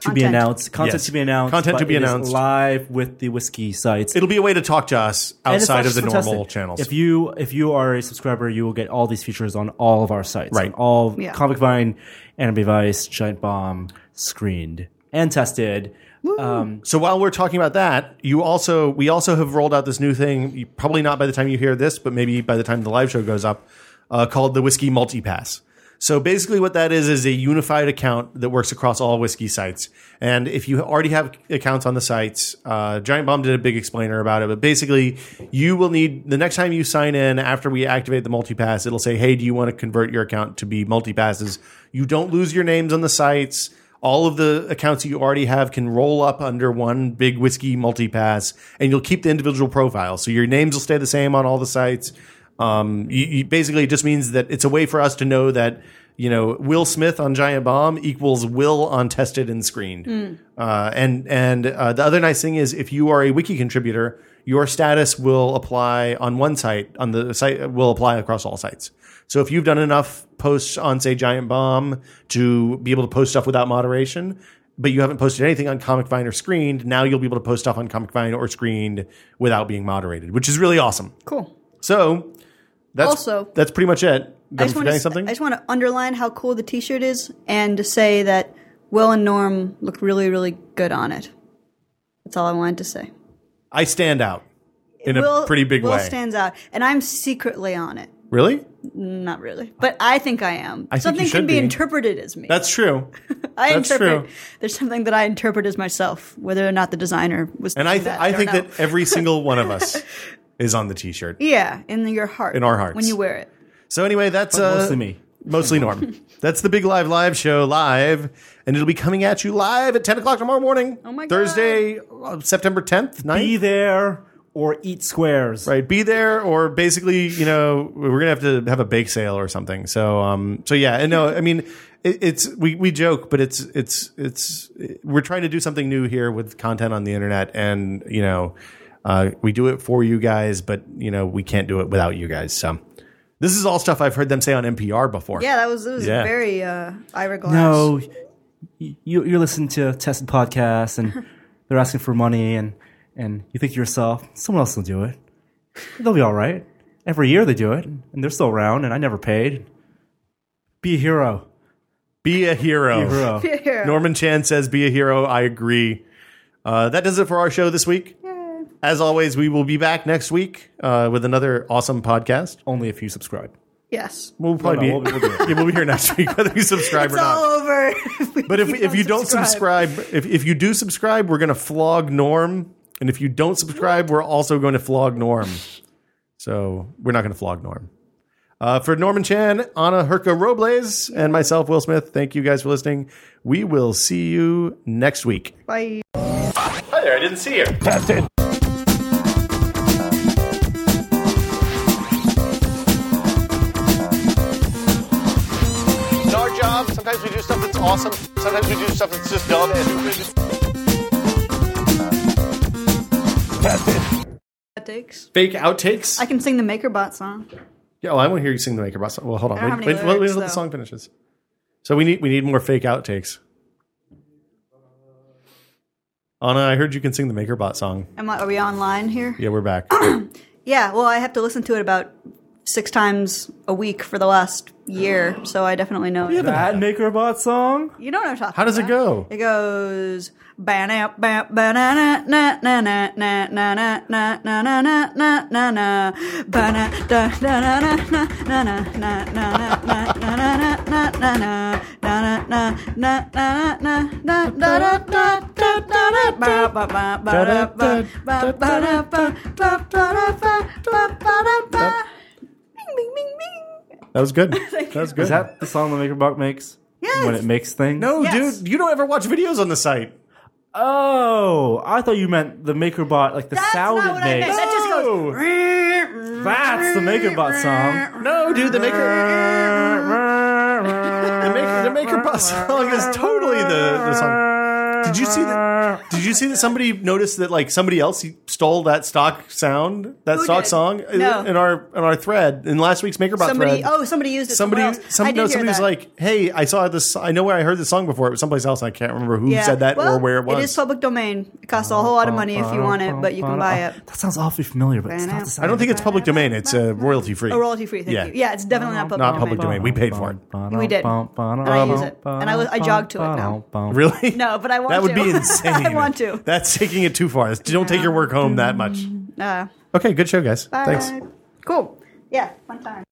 Speaker 2: to be
Speaker 3: Content.
Speaker 2: announced. Content
Speaker 1: Yes.
Speaker 2: to be announced.
Speaker 1: Content
Speaker 2: but
Speaker 1: to be
Speaker 2: it is
Speaker 1: announced.
Speaker 2: live with the whiskey sites.
Speaker 1: it'll be a way to talk to us
Speaker 2: And it's
Speaker 1: outside of
Speaker 2: actually
Speaker 1: the normal
Speaker 2: fantastic.
Speaker 1: channels.
Speaker 2: If you if you are a subscriber, you will get all these features on all of our sites.
Speaker 1: Right.
Speaker 2: On all
Speaker 3: Yeah.
Speaker 2: Comic Vine, Anime Vice, Giant Bomb, screened and tested. Um,
Speaker 1: So while we're talking about that, you also we also have rolled out this new thing. you- Probably not by the time you hear this, but maybe by the time the live show goes up, uh, called the Whiskey Multi Pass. So basically, what that is is a unified account that works across all whiskey sites. And if you already have accounts on the sites, uh, Giant Bomb did a big explainer about it. But basically, you will need the next time you sign in after we activate the multi pass, it'll say, "Hey, do you want to convert your account to be multi passes?" You don't lose your names on the sites all of the accounts that you already have can roll up under one big whiskey multi-pass and you'll keep the individual profiles so your names will stay the same on all the sites um, you, you- basically it just means that it's a way for us to know that you know will smith on giant bomb equals will on tested and screened uh, and and uh, the other nice thing is if you are a wiki contributor your status will apply on one site on the site will apply across all sites so if you've done enough posts on say giant bomb to be able to post stuff without moderation but you haven't posted anything on comic vine or screened now you'll be able to post stuff on comic vine or screened without being moderated which is really awesome
Speaker 3: Cool.
Speaker 1: so that's
Speaker 3: Also-
Speaker 1: that's pretty much it
Speaker 3: I
Speaker 1: Am
Speaker 3: just,
Speaker 1: I
Speaker 3: want to,
Speaker 1: forgetting something
Speaker 3: I just want to underline how cool the T-shirt is, and to say that Will and Norm look really, really good on it. That's all I wanted to say.
Speaker 1: i stand out in
Speaker 3: Will-
Speaker 1: a pretty big
Speaker 3: Will
Speaker 1: way
Speaker 3: stands out, and I'm secretly on it.
Speaker 1: really
Speaker 3: Not really, but I think I am.
Speaker 1: think
Speaker 3: something
Speaker 1: you should
Speaker 3: can be,
Speaker 1: be.
Speaker 3: interpreted as me.
Speaker 1: that's true
Speaker 3: I
Speaker 1: that's
Speaker 3: interpret.
Speaker 1: true.
Speaker 3: There's something that I interpret as myself, whether or not the designer was.
Speaker 1: and i, th-
Speaker 3: thinking that,
Speaker 1: I
Speaker 3: don't
Speaker 1: think
Speaker 3: know.
Speaker 1: that every single one of us is on the t-shirt
Speaker 3: yeah, in your heart,
Speaker 1: In our hearts.
Speaker 3: when you wear it.
Speaker 1: So anyway, that's
Speaker 2: But
Speaker 1: uh,
Speaker 2: mostly me.
Speaker 1: mostly Norm. that's the Big Live Live Show live, and it'll be coming at you live at ten o'clock tomorrow morning. Oh
Speaker 3: my God.
Speaker 1: Thursday, uh, September tenth,
Speaker 2: be
Speaker 1: 9th.
Speaker 2: there or eat squares.
Speaker 1: Right, be there, or basically, you know, we're gonna have to have a bake sale or something. So, um, so yeah, and no, I mean, it, it's we we joke, but it's it's it's we're trying to do something new here with content on the internet, and you know, uh, we do it for you guys, but you know, we can't do it without you guys. So, this is all stuff I've heard them say on NPR before.
Speaker 3: Yeah, that was it was
Speaker 1: Yeah.
Speaker 3: very uh, Ira Glass.
Speaker 2: No, you you listen to tested podcasts and they're asking for money and and you think to yourself, someone else will do it. They'll be all right. Every year they do it and they're still around and I never paid. Be a hero.
Speaker 1: Be a hero.
Speaker 2: Oh. Be a hero.
Speaker 3: Here.
Speaker 1: Norman Chan says, "Be a hero." I agree. Uh, that does it for our show this week. As always, we will be back next week uh, with another awesome podcast.
Speaker 2: Only if you subscribe.
Speaker 3: yes.
Speaker 1: We'll probably
Speaker 2: no,
Speaker 1: be,
Speaker 2: we'll be- we'll be
Speaker 1: yeah, we'll be here next week whether you subscribe
Speaker 3: It's
Speaker 1: or not.
Speaker 3: all over.
Speaker 1: but if if you don't subscribe, if if you do subscribe, we're going to flog Norm, and if you don't subscribe, we're also going to flog Norm. So we're not going to flog Norm. Uh, for Norman Chan, Anna Herka Robles, and myself, Will Smith. Thank you guys for listening. We will see you next week.
Speaker 3: Bye.
Speaker 1: Hi there, I didn't see you. It's our job. Sometimes we do stuff that's awesome. Sometimes we do stuff that's just dumb and stupid.
Speaker 3: Takes.
Speaker 1: Fake outtakes.
Speaker 3: I can sing the MakerBot song.
Speaker 1: yeah, well, I want to hear you sing the Maker Boss. song. Well, hold on.
Speaker 3: I don't
Speaker 1: wait, wait,
Speaker 3: have
Speaker 1: wait,
Speaker 3: any
Speaker 1: wait
Speaker 3: lyrics,
Speaker 1: till the
Speaker 3: though.
Speaker 1: song finishes. So we need we need more fake outtakes. Anna, I heard you can sing the MakerBot song.
Speaker 3: Am I, are we online here?
Speaker 1: Yeah, we're back.
Speaker 3: Yeah. Well, I have to listen to it about six times a week for the last year, so I definitely know. it.
Speaker 2: That MakerBot song?
Speaker 3: You know what I'm talking.
Speaker 1: Oh, How does it
Speaker 3: about.
Speaker 1: go?
Speaker 3: It goes ba ba ba na na na na na na na na na na na na na na ba na da da na na na na na na na na na na na na na na na na na na na na da da da da da da ba ba ba ba da ba ba ba da ba ba ba da ba ba ba da ba bing bing bing bing.
Speaker 1: That was good. That was good.
Speaker 2: Is that the song the MakerBot makes?
Speaker 3: Yes.
Speaker 2: When it makes things?
Speaker 1: No,
Speaker 3: Yes.
Speaker 1: dude, you don't ever watch videos on the site.
Speaker 2: Oh, I thought you meant the MakerBot, like the
Speaker 3: That's
Speaker 2: sound
Speaker 3: not
Speaker 2: it
Speaker 3: what I
Speaker 2: makes. Oh,
Speaker 3: meant. That just goes.
Speaker 2: That's the MakerBot song.
Speaker 1: No, dude, the maker, the maker, the maker bus song is totally the, the song. Did you see that? Did you see that somebody noticed that like somebody else stole that stock sound, that
Speaker 3: Who
Speaker 1: stock
Speaker 3: did?
Speaker 1: song
Speaker 3: No.
Speaker 1: in our in our thread in last week's MakerBot
Speaker 3: Somebody,
Speaker 1: thread?
Speaker 3: oh, somebody used it. somewhere
Speaker 1: somebody,
Speaker 3: else.
Speaker 1: some,
Speaker 3: I did
Speaker 1: no,
Speaker 3: hear
Speaker 1: somebody was
Speaker 3: that.
Speaker 1: like, "Hey, I saw this. I know where I heard this song before. It was someplace else. I can't remember who said that
Speaker 3: Well,
Speaker 1: or where it was."
Speaker 3: It is public domain. It costs a whole lot of money if you want it, but you can buy it.
Speaker 2: That sounds awfully familiar, but it's not the
Speaker 1: I don't think it's public domain. It's uh, royalty free.
Speaker 3: A royalty free, thank
Speaker 1: Yeah.
Speaker 3: you. Yeah, it's definitely not public
Speaker 1: Not
Speaker 3: domain.
Speaker 1: public domain. We paid for
Speaker 2: it.
Speaker 3: We did. And I use it. And I was- I jogged to it now.
Speaker 1: Really?
Speaker 3: No, but I want
Speaker 1: That would
Speaker 3: to.
Speaker 1: be insane.
Speaker 3: I want to.
Speaker 1: That's taking it too far. Don't take your work home that much.
Speaker 3: Uh,
Speaker 1: Okay, good show, guys.
Speaker 3: bye.
Speaker 1: Thanks.
Speaker 3: Cool. Yeah, fun time.